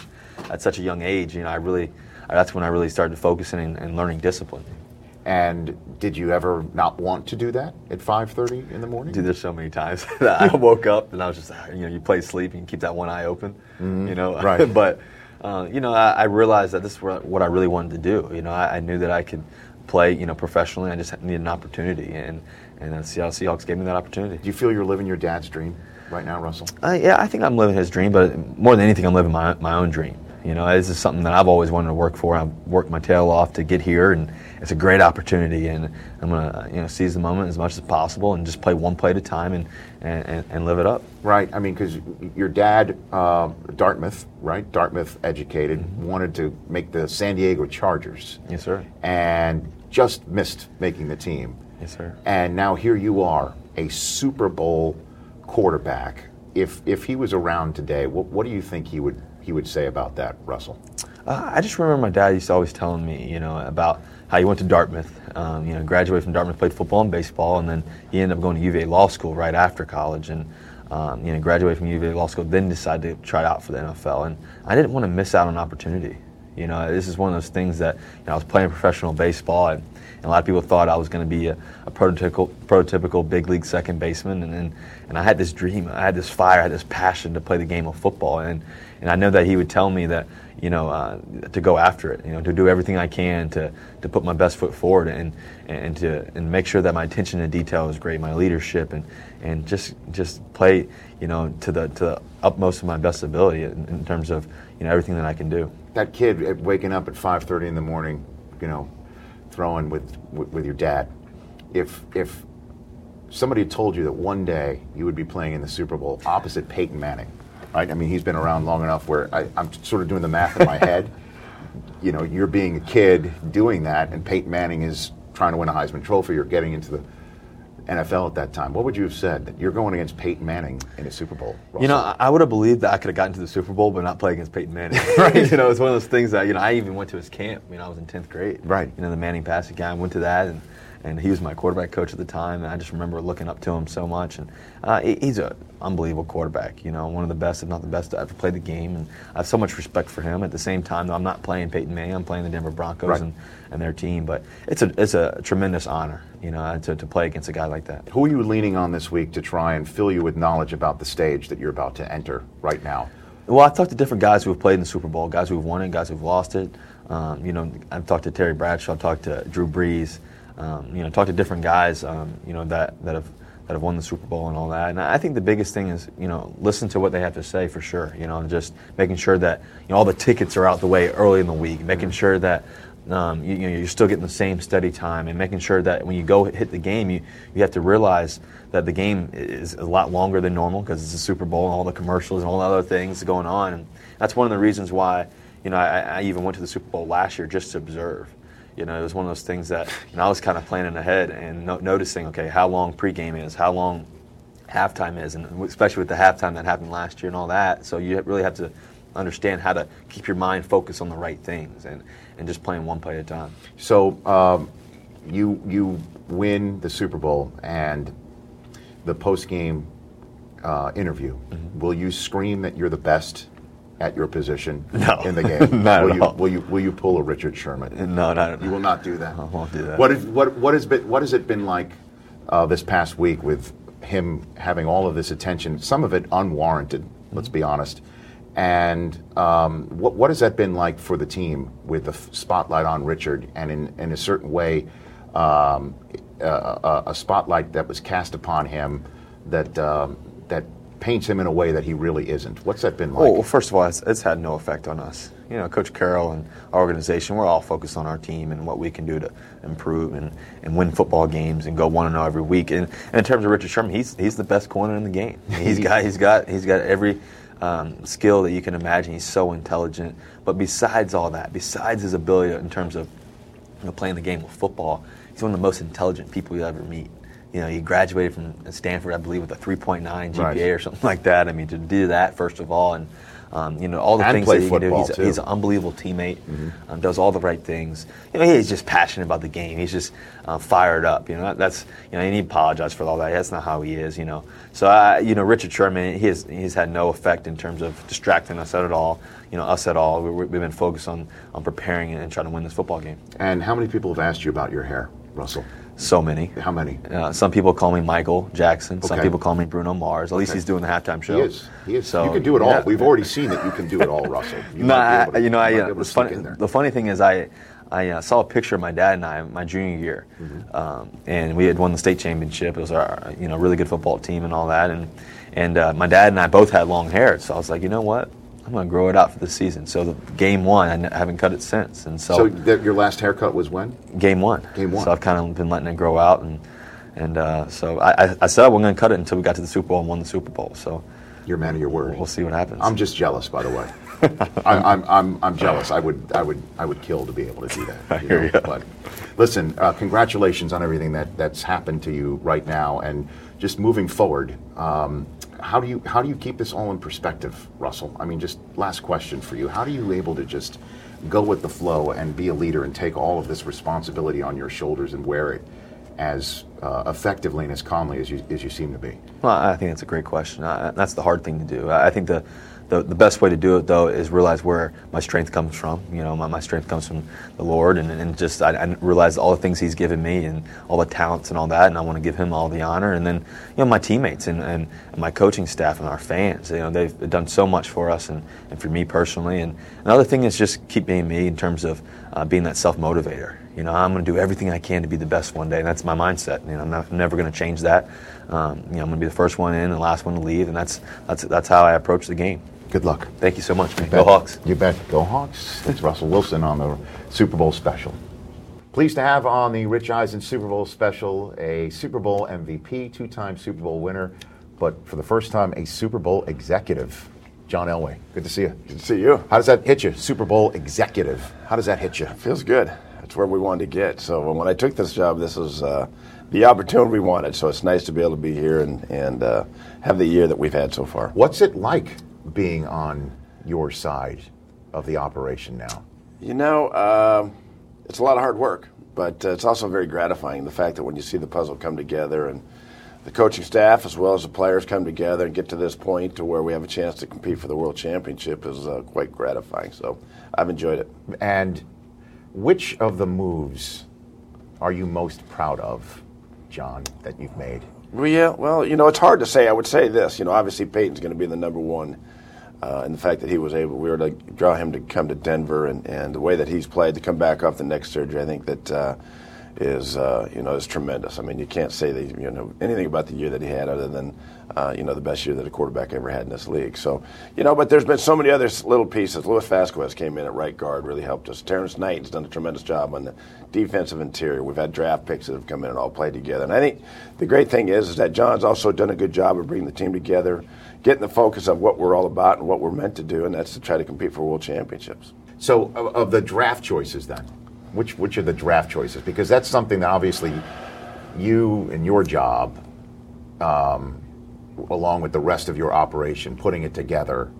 Speaker 9: at such a young age. You know, I really, that's when I really started focusing and, and learning discipline.
Speaker 1: And did you ever not want to do that at 5:30 in the morning?
Speaker 9: Dude, there's so many times that I woke up and I was just, ah, you know, you play sleep and you keep that one eye open, you know.
Speaker 1: Right.
Speaker 9: but, uh, you know, I, I realized that this is what what I really wanted to do. You know, I, I knew that I could play, you know, professionally. I just needed an opportunity, and and the Seattle Seahawks gave me that opportunity.
Speaker 1: Do you feel you're living your dad's dream right now, Russell?
Speaker 9: Uh, yeah, I think I'm living his dream, but more than anything, I'm living my, my own dream. You know, this is something that I've always wanted to work for. I've worked my tail off to get here, and it's a great opportunity. And I'm gonna, you know, seize the moment as much as possible and just play one play at a time and and, and, and live it up.
Speaker 1: Right. I mean, because your dad, uh, Dartmouth, right? Dartmouth educated, wanted to make the San Diego Chargers.
Speaker 9: Yes, sir.
Speaker 1: And just missed making the team.
Speaker 9: Yes, sir.
Speaker 1: And now here you are, a Super Bowl quarterback. If if he was around today, what, what do you think he would he would say about that, Russell?
Speaker 9: Uh, I just remember my dad used to always telling me, you know, about how he went to Dartmouth. Um, you know, graduated from Dartmouth, played football and baseball, and then he ended up going to UVA Law School right after college, and um, you know, graduated from UVA Law School, then decided to try out for the NFL. And I didn't want to miss out on an opportunity. You know, this is one of those things that you know, I was playing professional baseball, and, and a lot of people thought I was going to be a, a prototypical, prototypical big league second baseman. And, and and I had this dream, I had this fire, I had this passion to play the game of football. And and I know that he would tell me that you know uh, to go after it, you know, to do everything I can to to put my best foot forward and and to and make sure that my attention to detail is great, my leadership, and and just just play you know to the to the utmost of my best ability in, in terms of you know everything that I can do.
Speaker 1: That kid at- waking up at 5:30 in the morning, you know, throwing with, with with your dad. If if somebody told you that one day you would be playing in the Super Bowl opposite Peyton Manning, right? I mean, he's been around long enough where I, I'm sort of doing the math in my head. You know, you're being a kid doing that, and Peyton Manning is trying to win a Heisman Trophy or getting into the NFL at that time, what would you have said that you're going against Peyton Manning in a Super Bowl?
Speaker 9: You know, I- I would have believed that I could have gotten to the Super Bowl, but not play against Peyton Manning. Right? you know, it's one of those things that you know. I even went to his camp. You know, I was in tenth grade.
Speaker 1: Right.
Speaker 9: You know, the Manning passing guy. I went to that, and and he was my quarterback coach at the time, and I just remember looking up to him so much. And uh, he- he's an unbelievable quarterback. You know, one of the best, if not the best, to ever play the game. And I have so much respect for him. At the same time, though, I'm not playing Peyton Manning. I'm playing the Denver Broncos
Speaker 1: Right.
Speaker 9: and, and their team. But it's a it's a tremendous honor. You know, to, to play against a guy like that.
Speaker 1: Who are you leaning on this week to try and fill you with knowledge about the stage that you're about to enter right now?
Speaker 9: Well, I've talked to different guys who have played in the Super Bowl, guys who've won it, guys who've lost it. Um, you know, I've talked to Terry Bradshaw, I've talked to Drew Brees. Um, you know, talked to different guys. Um, you know that that have that have won the Super Bowl and all that. And I think the biggest thing is you know listen to what they have to say for sure. You know, and just making sure that you know all the tickets are out the way early in the week, making sure that um, you, you know, you're still getting the same study time and making sure that when you go hit the game, you, you have to realize that the game is a lot longer than normal because it's a Super Bowl and all the commercials and all the other things going on. And that's one of the reasons why, you know, I, I even went to the Super Bowl last year just to observe. You know, it was one of those things that you know, I was kind of planning ahead and no- noticing, okay, how long pregame is, how long halftime is, and especially with the halftime that happened last year and all that. So you really have to understand how to keep your mind focused on the right things and, and just playing one play at a time.
Speaker 1: So um, you you win the Super Bowl and the post game uh, interview.
Speaker 9: Mm-hmm.
Speaker 1: Will you scream that you're the best at your position
Speaker 9: No.
Speaker 1: in the game?
Speaker 9: Not
Speaker 1: will
Speaker 9: at
Speaker 1: you,
Speaker 9: all.
Speaker 1: Will you will you pull a Richard Sherman?
Speaker 9: No, not
Speaker 1: You will not do that. I
Speaker 9: won't do that.
Speaker 1: What is what what has been what has it been like uh, this past week with him having all of this attention, some of it unwarranted. Let's be honest. And um, what what has that been like for the team with the f- spotlight on Richard, and in in a certain way, um, a, a, a spotlight that was cast upon him that um, that paints him in a way that he really isn't. What's that been like?
Speaker 9: Well, well, first of all, it's, it's had no effect on us. You know, Coach Carroll and our organization, we're all focused on our team and what we can do to improve and, and win football games and go one and zero every week. And, and in terms of Richard Sherman, he's he's the best corner in the game. He's got he's got he's got every um, skill that you can imagine. He's so intelligent. But besides all that, besides his ability in terms of you know, playing the game of football, he's one of the most intelligent people you'll ever meet. You know, he graduated from Stanford, I believe, with a 3.9 GPA
Speaker 1: Right.
Speaker 9: or something like that. I mean, to do that first of all, and um, you know, all the
Speaker 1: And
Speaker 9: things
Speaker 1: play
Speaker 9: that he can do.
Speaker 1: football,
Speaker 9: He's,
Speaker 1: too. Mm-hmm.
Speaker 9: he's an unbelievable teammate. Um, does all the right things. You know, he's just passionate about the game. He's just uh, fired up. You know, that- that's you know, and he apologized for all that. That's not how he is. You know, so I, you know, Richard Sherman, he has, he's had no effect in terms of distracting us at all. You know, us at all. We, we- we've been focused on on preparing and trying to win this football game.
Speaker 1: and how many people have asked you about your hair, Russell?
Speaker 9: So many.
Speaker 1: How many?
Speaker 9: Uh, some people call me Michael Jackson. Some
Speaker 1: Okay.
Speaker 9: people call me Bruno Mars. At least he's doing the halftime show.
Speaker 1: He is. He is.
Speaker 9: So
Speaker 1: you can do it all.
Speaker 9: yeah.
Speaker 1: We've already seen that you can do it all, Russell. You
Speaker 9: no,
Speaker 1: might be
Speaker 9: I,
Speaker 1: able to-
Speaker 9: you know,
Speaker 1: might
Speaker 9: I,
Speaker 1: be
Speaker 9: uh,
Speaker 1: able to
Speaker 9: it's
Speaker 1: sneak
Speaker 9: funny-
Speaker 1: in there.
Speaker 9: the funny thing is, I, I uh, saw a picture of my dad and I my junior year,
Speaker 1: Mm-hmm.
Speaker 9: um, and we had won the state championship. It was our, you know, really good football team and all that, and and uh, my dad and I both had long hair, so I was like, you know what, I'm gonna grow it out for the season. So the game one, I n- I haven't cut it since, and
Speaker 1: So that your last haircut was when?
Speaker 9: game one.
Speaker 1: Game one.
Speaker 9: So I've kind of been letting it grow out, and and uh, so I, I, I said I wasn't going to cut it until we got to the Super Bowl and won the Super Bowl. So
Speaker 1: You're a man of your word.
Speaker 9: we'll see what happens.
Speaker 1: I'm just jealous, by the way. I'm, I'm, I'm, I'm jealous. I would, I would, I would kill to be able to do that. I
Speaker 9: hear ya.
Speaker 1: But listen, uh, congratulations on everything that, that's happened to you right now, and just moving forward. Um, how do you, how do you keep this all in perspective, Russell? I mean, just last question for you. How do you able to just go with the flow and be a leader and take all of this responsibility on your shoulders and wear it as uh, effectively and as calmly as you, as you seem to be?
Speaker 9: Well, I think that's a great question. I, I- that's the hard thing to do. I, I think the, the the best way to do it though is realize where my strength comes from. You know, my, my strength comes from the Lord, and, and just I, I realize all the things He's given me and all the talents and all that, and I want to give Him all the honor. And then you know my teammates and, and, and my coaching staff and our fans. You know, they've done so much for us and, and for me personally. And another thing is just keep being me in terms of uh, being that self motivator. You know, I'm going to do everything I can to be the best one day. And that's my mindset. You know, I'm, not, I'm never going to change that. Um, you know, I'm going to be the first one in and the last one to leave, and that's that's that's how I approach the game.
Speaker 1: Good luck.
Speaker 9: Thank you so much, man.
Speaker 1: bet.
Speaker 9: Go Hawks.
Speaker 1: You bet. Go Hawks. It's Russell Wilson on the Super Bowl special. Pleased to have on the Rich Eisen Super Bowl special a Super Bowl MVP, two time Super Bowl winner, but for the first time, a Super Bowl executive, John Elway. Good to see you.
Speaker 10: See you.
Speaker 1: How does that hit you? Super Bowl executive. How does that hit you?
Speaker 10: Feels good.
Speaker 1: It's where we wanted to get. So when I took this job, this was uh, the opportunity we wanted. So it's nice to be able to be here and, and uh, have the year that we've had so far.
Speaker 5: What's it like being on your side of the operation now?
Speaker 1: You know, um it's a lot of hard work, but uh, it's also very gratifying the fact that when you see the puzzle come together and the coaching staff as well as the players come together and get to this point to where we have a chance to compete for the world championship is uh, quite gratifying. So I've enjoyed it.
Speaker 5: And which of the moves are you most proud of, John, that you've made?
Speaker 1: Well, yeah, well, you know, it's hard to say. I would say this. You know, obviously Peyton's going to be the number one. Uh, and the fact that he was able, we were to draw him to come to Denver, and, and the way that he's played to come back off the neck surgery, I think that uh, is uh, you know is tremendous. I mean, you can't say that you know anything about the year that he had other than uh, you know the best year that a quarterback ever had in this league. So you know, but there's been so many other s- little pieces. Luis Vasquez came in at right guard, really helped us. Terrence Knighton's done a tremendous job on the defensive interior. We've had draft picks that have come in and all played together. And I think the great thing is is that John's also done a good job of bringing the team together getting the focus of what we're all about and what we're meant to do, and that's to try to compete for world championships.
Speaker 5: So, of, of the draft choices, then, which which are the draft choices? Because that's something that obviously you and your job, um, along with the rest of your operation, putting it together,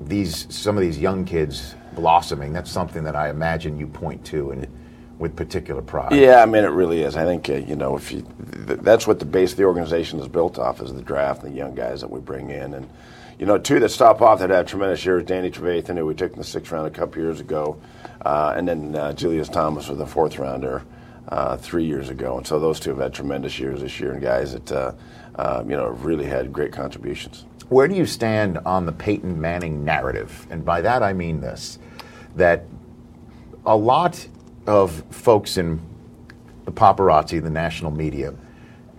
Speaker 5: these some of these young kids blossoming. That's something that I imagine you point to and with particular pride.
Speaker 1: Yeah, I mean it really is. I think uh, you know if you, th- that's what the base of the organization is built off is the draft and the young guys that we bring in, and you know two that stop off that have tremendous years. Danny Trevathan, who we took in the sixth round a couple years ago, uh, and then uh, Julius Thomas with the fourth rounder. Uh, three years ago, and so those two have had tremendous years this year, and guys that uh, uh, you know have really had great contributions.
Speaker 5: Where do you stand on the Peyton Manning narrative? And by that I mean this that a lot of folks in the paparazzi, the national media,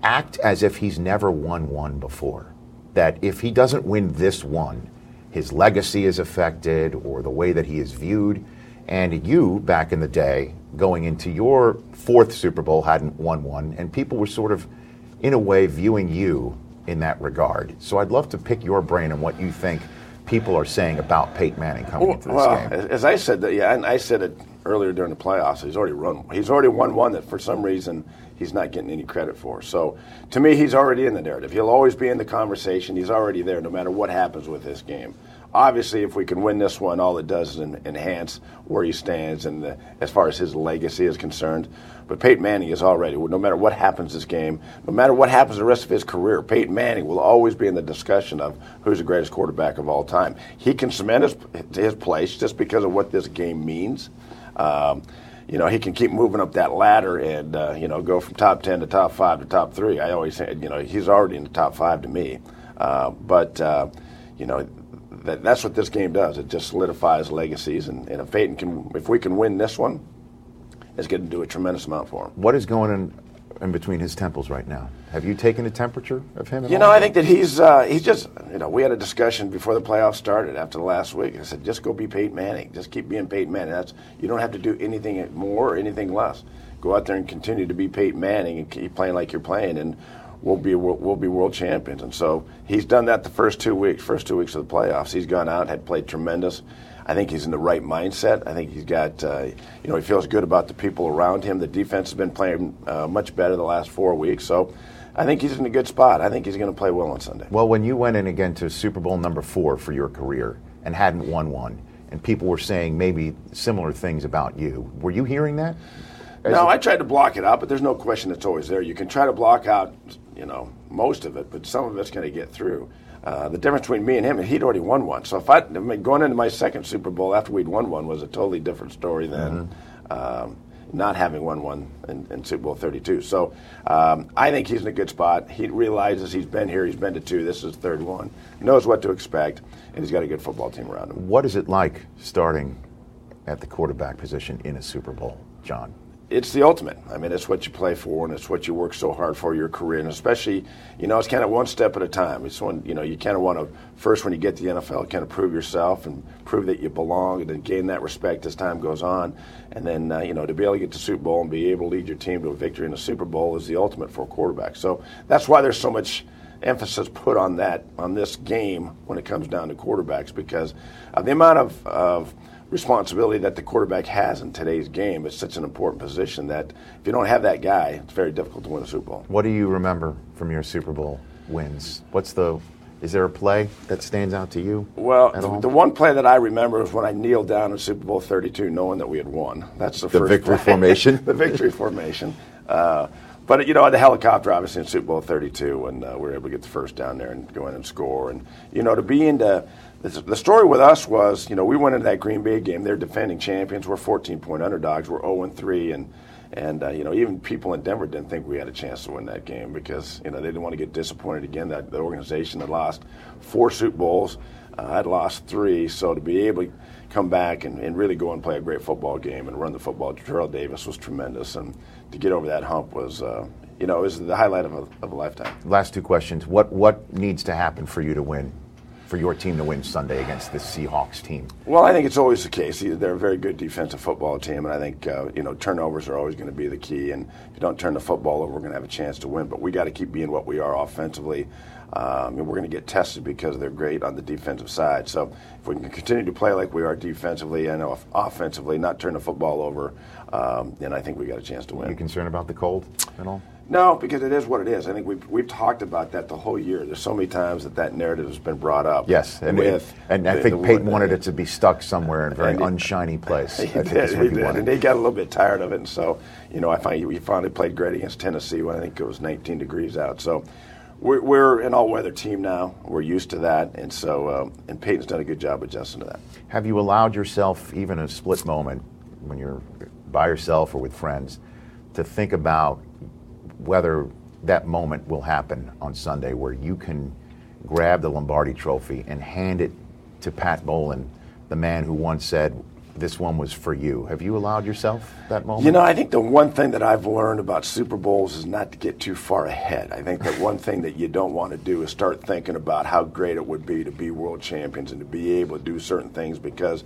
Speaker 5: act as if he's never won one before. That if he doesn't win this one, his legacy is affected or the way that he is viewed. And you, back in the day, going into your fourth Super Bowl, hadn't won one, and people were sort of, in a way, viewing you in that regard. So I'd love to pick your brain on what you think people are saying about Peyton Manning coming into this game.
Speaker 1: as- as I said that, yeah, and I said it earlier during the playoffs. He's already run. He's already won one that for some reason he's not getting any credit for. So to me, he's already in the narrative. He'll always be in the conversation. He's already there, no matter what happens with this game. Obviously, if we can win this one, all it does is en- enhance where he stands and the, as far as his legacy is concerned. But Peyton Manning is already, no matter what happens this game, no matter what happens the rest of his career, Peyton Manning will always be in the discussion of who's the greatest quarterback of all time. He can cement his, his place just because of what this game means. Um, you know, he can keep moving up that ladder and, uh, you know, go from top 10 to top five to top three. I always say, you know, he's already in the top five to me. Uh, but, uh, you know, that, that's what this game does. It just solidifies legacies. And, and if Peyton can, if we can win this one, it's going to do a tremendous amount for him.
Speaker 5: What is going in, in between his temples right now? Have you taken a temperature of him? At
Speaker 1: You
Speaker 5: all?
Speaker 1: know, I think that he's uh, he's just you know we had a discussion before the playoffs started after the last week. I said just go be Peyton Manning, just keep being Peyton Manning. That's you don't have to do anything more or anything less. Go out there and continue to be Peyton Manning and keep playing like you're playing, and we'll be wor- we'll be world champions. And so he's done that the first two weeks, first two weeks of the playoffs. He's gone out, had played tremendous. I think he's in the right mindset. I think he's got, uh, you know, he feels good about the people around him. The defense has been playing uh, much better the last four weeks, so I think he's in a good spot. I think he's going to play well on Sunday.
Speaker 5: Well, when you went in again to Super Bowl number four for your career and hadn't won one, and people were saying maybe similar things about you, were you hearing that? As
Speaker 1: no,
Speaker 5: a-
Speaker 1: I tried to block it out, but there's no question it's always there. You can try to block out, you know, most of it, but some of it's going to get through. Uh, the difference between me and him, he'd already won one. So if I, I mean, going into my second Super Bowl after we'd won one was a totally different story than um, not having won one in, in Super Bowl 32. So um, I think he's in a good spot. He realizes he's been here, he's been to two. This is his third one. Knows what to expect, and he's got a good football team around him.
Speaker 5: What is it like starting at the quarterback position in a Super Bowl, John?
Speaker 1: it's the ultimate. I mean, it's what you play for, and it's what you work so hard for your career, and especially, you know, it's kind of one step at a time. It's one, you know, you kind of want to first when you get to the NFL, kind of prove yourself and prove that you belong, and then gain that respect as time goes on, and then uh, you know to be able to get to Super Bowl and be able to lead your team to a victory in the Super Bowl is the ultimate for a quarterback. So that's why there's so much emphasis put on that on this game when it comes down to quarterbacks because of the amount of, of responsibility that the quarterback has in today's game. It's such an important position that if you don't have that guy, it's very difficult to win a Super Bowl.
Speaker 5: What do you remember from your Super Bowl wins? What's the is there a play that stands out to you?
Speaker 1: Well,
Speaker 5: at
Speaker 1: the-
Speaker 5: all?
Speaker 1: the one play that I remember is when I kneeled down in Super Bowl 32, knowing that we had won. That's the,
Speaker 5: The
Speaker 1: first
Speaker 5: victory
Speaker 1: play.
Speaker 5: formation?
Speaker 1: the victory formation. Uh, but you know, the helicopter obviously in Super Bowl 32, and uh, we were able to get the first down there and go in and score. And you know, to be into the, the story with us was, you know, we went into that Green Bay game. They're defending champions. We're 14 point underdogs. We're 0 and 3, and and uh, you know, even people in Denver didn't think we had a chance to win that game because you know they didn't want to get disappointed again. That the organization had lost four Super Bowls. Uh, I'd lost three, so to be able to come back and, and really go and play a great football game and run the football, Terrell Davis was tremendous, and to get over that hump was, uh, you know, it was the highlight of a, of a lifetime.
Speaker 5: Last two questions. What what needs to happen for you to win, for your team to win Sunday against the Seahawks team?
Speaker 1: Well, I think it's always the case. They're a very good defensive football team, and I think uh, you know turnovers are always going to be the key. And if you don't turn the football over, we're going to have a chance to win. But we got to keep being what we are offensively. Um, and we're going to get tested because they're great on the defensive side. So if we can continue to play like we are defensively and off- offensively, not turn the football over, um, then I think we got a chance to win.
Speaker 5: You concerned about the cold at all?
Speaker 1: No, because it is what it is. I think we've, we've talked about that the whole year. There's so many times that that narrative has been brought up.
Speaker 5: Yes, and
Speaker 1: with
Speaker 5: and I
Speaker 1: the-
Speaker 5: think
Speaker 1: the-
Speaker 5: Peyton wanted it to be stuck somewhere in a very
Speaker 1: And he-
Speaker 5: unshiny place. I
Speaker 1: He
Speaker 5: think
Speaker 1: did,
Speaker 5: that's
Speaker 1: he
Speaker 5: what he
Speaker 1: did. And
Speaker 5: wanted.
Speaker 1: they got a little bit tired of it. And so, you know, I find we finally played great against Tennessee when I think it was 19 degrees out. So we're, we're an all weather team now. We're used to that. And so, um, and Peyton's done a good job adjusting to that.
Speaker 5: Have you allowed yourself even a split moment when you're by yourself or with friends to think about whether that moment will happen on Sunday where you can grab the Lombardi trophy and hand it to Pat Bolin, the man who once said, This one was for you. Have you allowed yourself that moment?
Speaker 1: You know, I think the one thing that I've learned about Super Bowls is not to get too far ahead. I think that one thing that you don't want to do is start thinking about how great it would be to be world champions and to be able to do certain things because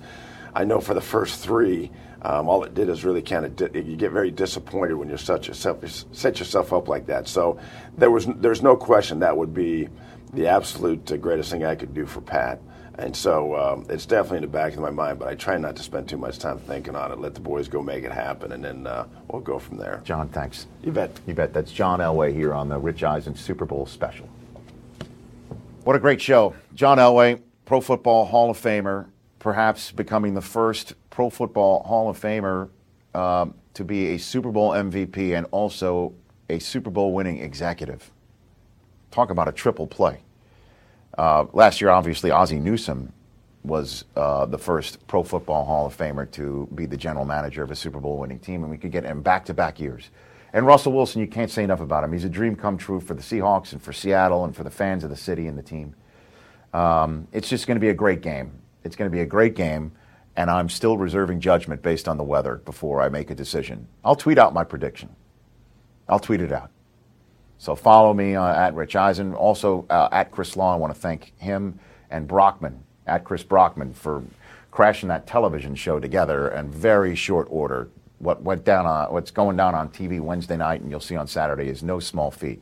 Speaker 1: I know for the first three, um, all it did is really kind of di- you get very disappointed when you set yourself set yourself up like that. So there was there's no question that would be the absolute uh, greatest thing I could do for Pat. And so um, it's definitely in the back of my mind, but I try not to spend too much time thinking on it. Let the boys go make it happen, and then uh, we'll go from there.
Speaker 5: John, thanks.
Speaker 1: You bet.
Speaker 5: You bet. That's John Elway here on the Rich Eisen Super Bowl special. What a great show. John Elway, Pro Football Hall of Famer, perhaps becoming the first Pro Football Hall of Famer um, to be a Super Bowl MVP and also a Super Bowl winning executive. Talk about a triple play. Uh, last year, obviously, Ozzie Newsome was uh, the first Pro Football Hall of Famer to be the general manager of a Super Bowl winning team, and we could get him back to back years. And Russell Wilson, you can't say enough about him. He's a dream come true for the Seahawks and for Seattle and for the fans of the city and the team. Um, it's just going to be a great game. It's going to be a great game, and I'm still reserving judgment based on the weather before I make a decision. I'll tweet out my prediction. I'll tweet it out. So follow me uh, at Rich Eisen. Also uh, at Chris Law. I want to thank him and Brockman at Chris Brockman for crashing that television show together in very short order. What went down on what's going down on TV Wednesday night and you'll see on Saturday is no small feat.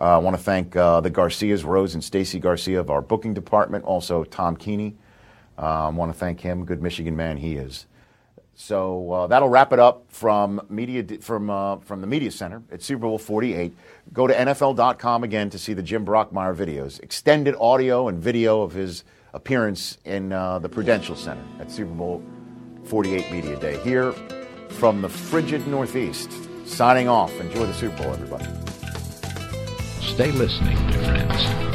Speaker 5: Uh, I want to thank uh, the Garcias, Rose and Stacy Garcia of our booking department. Also Tom Keeney. Uh, I want to thank him. Good Michigan man he is. So uh, that'll wrap it up from media from uh, from the media center at Super Bowl 48. Go to NFL.com again to see the Jim Brockmeyer videos, extended audio and video of his appearance in uh, the Prudential Center at Super Bowl 48 Media Day. Here from the frigid Northeast, signing off. Enjoy the Super Bowl, everybody.
Speaker 7: Stay listening, dear friends.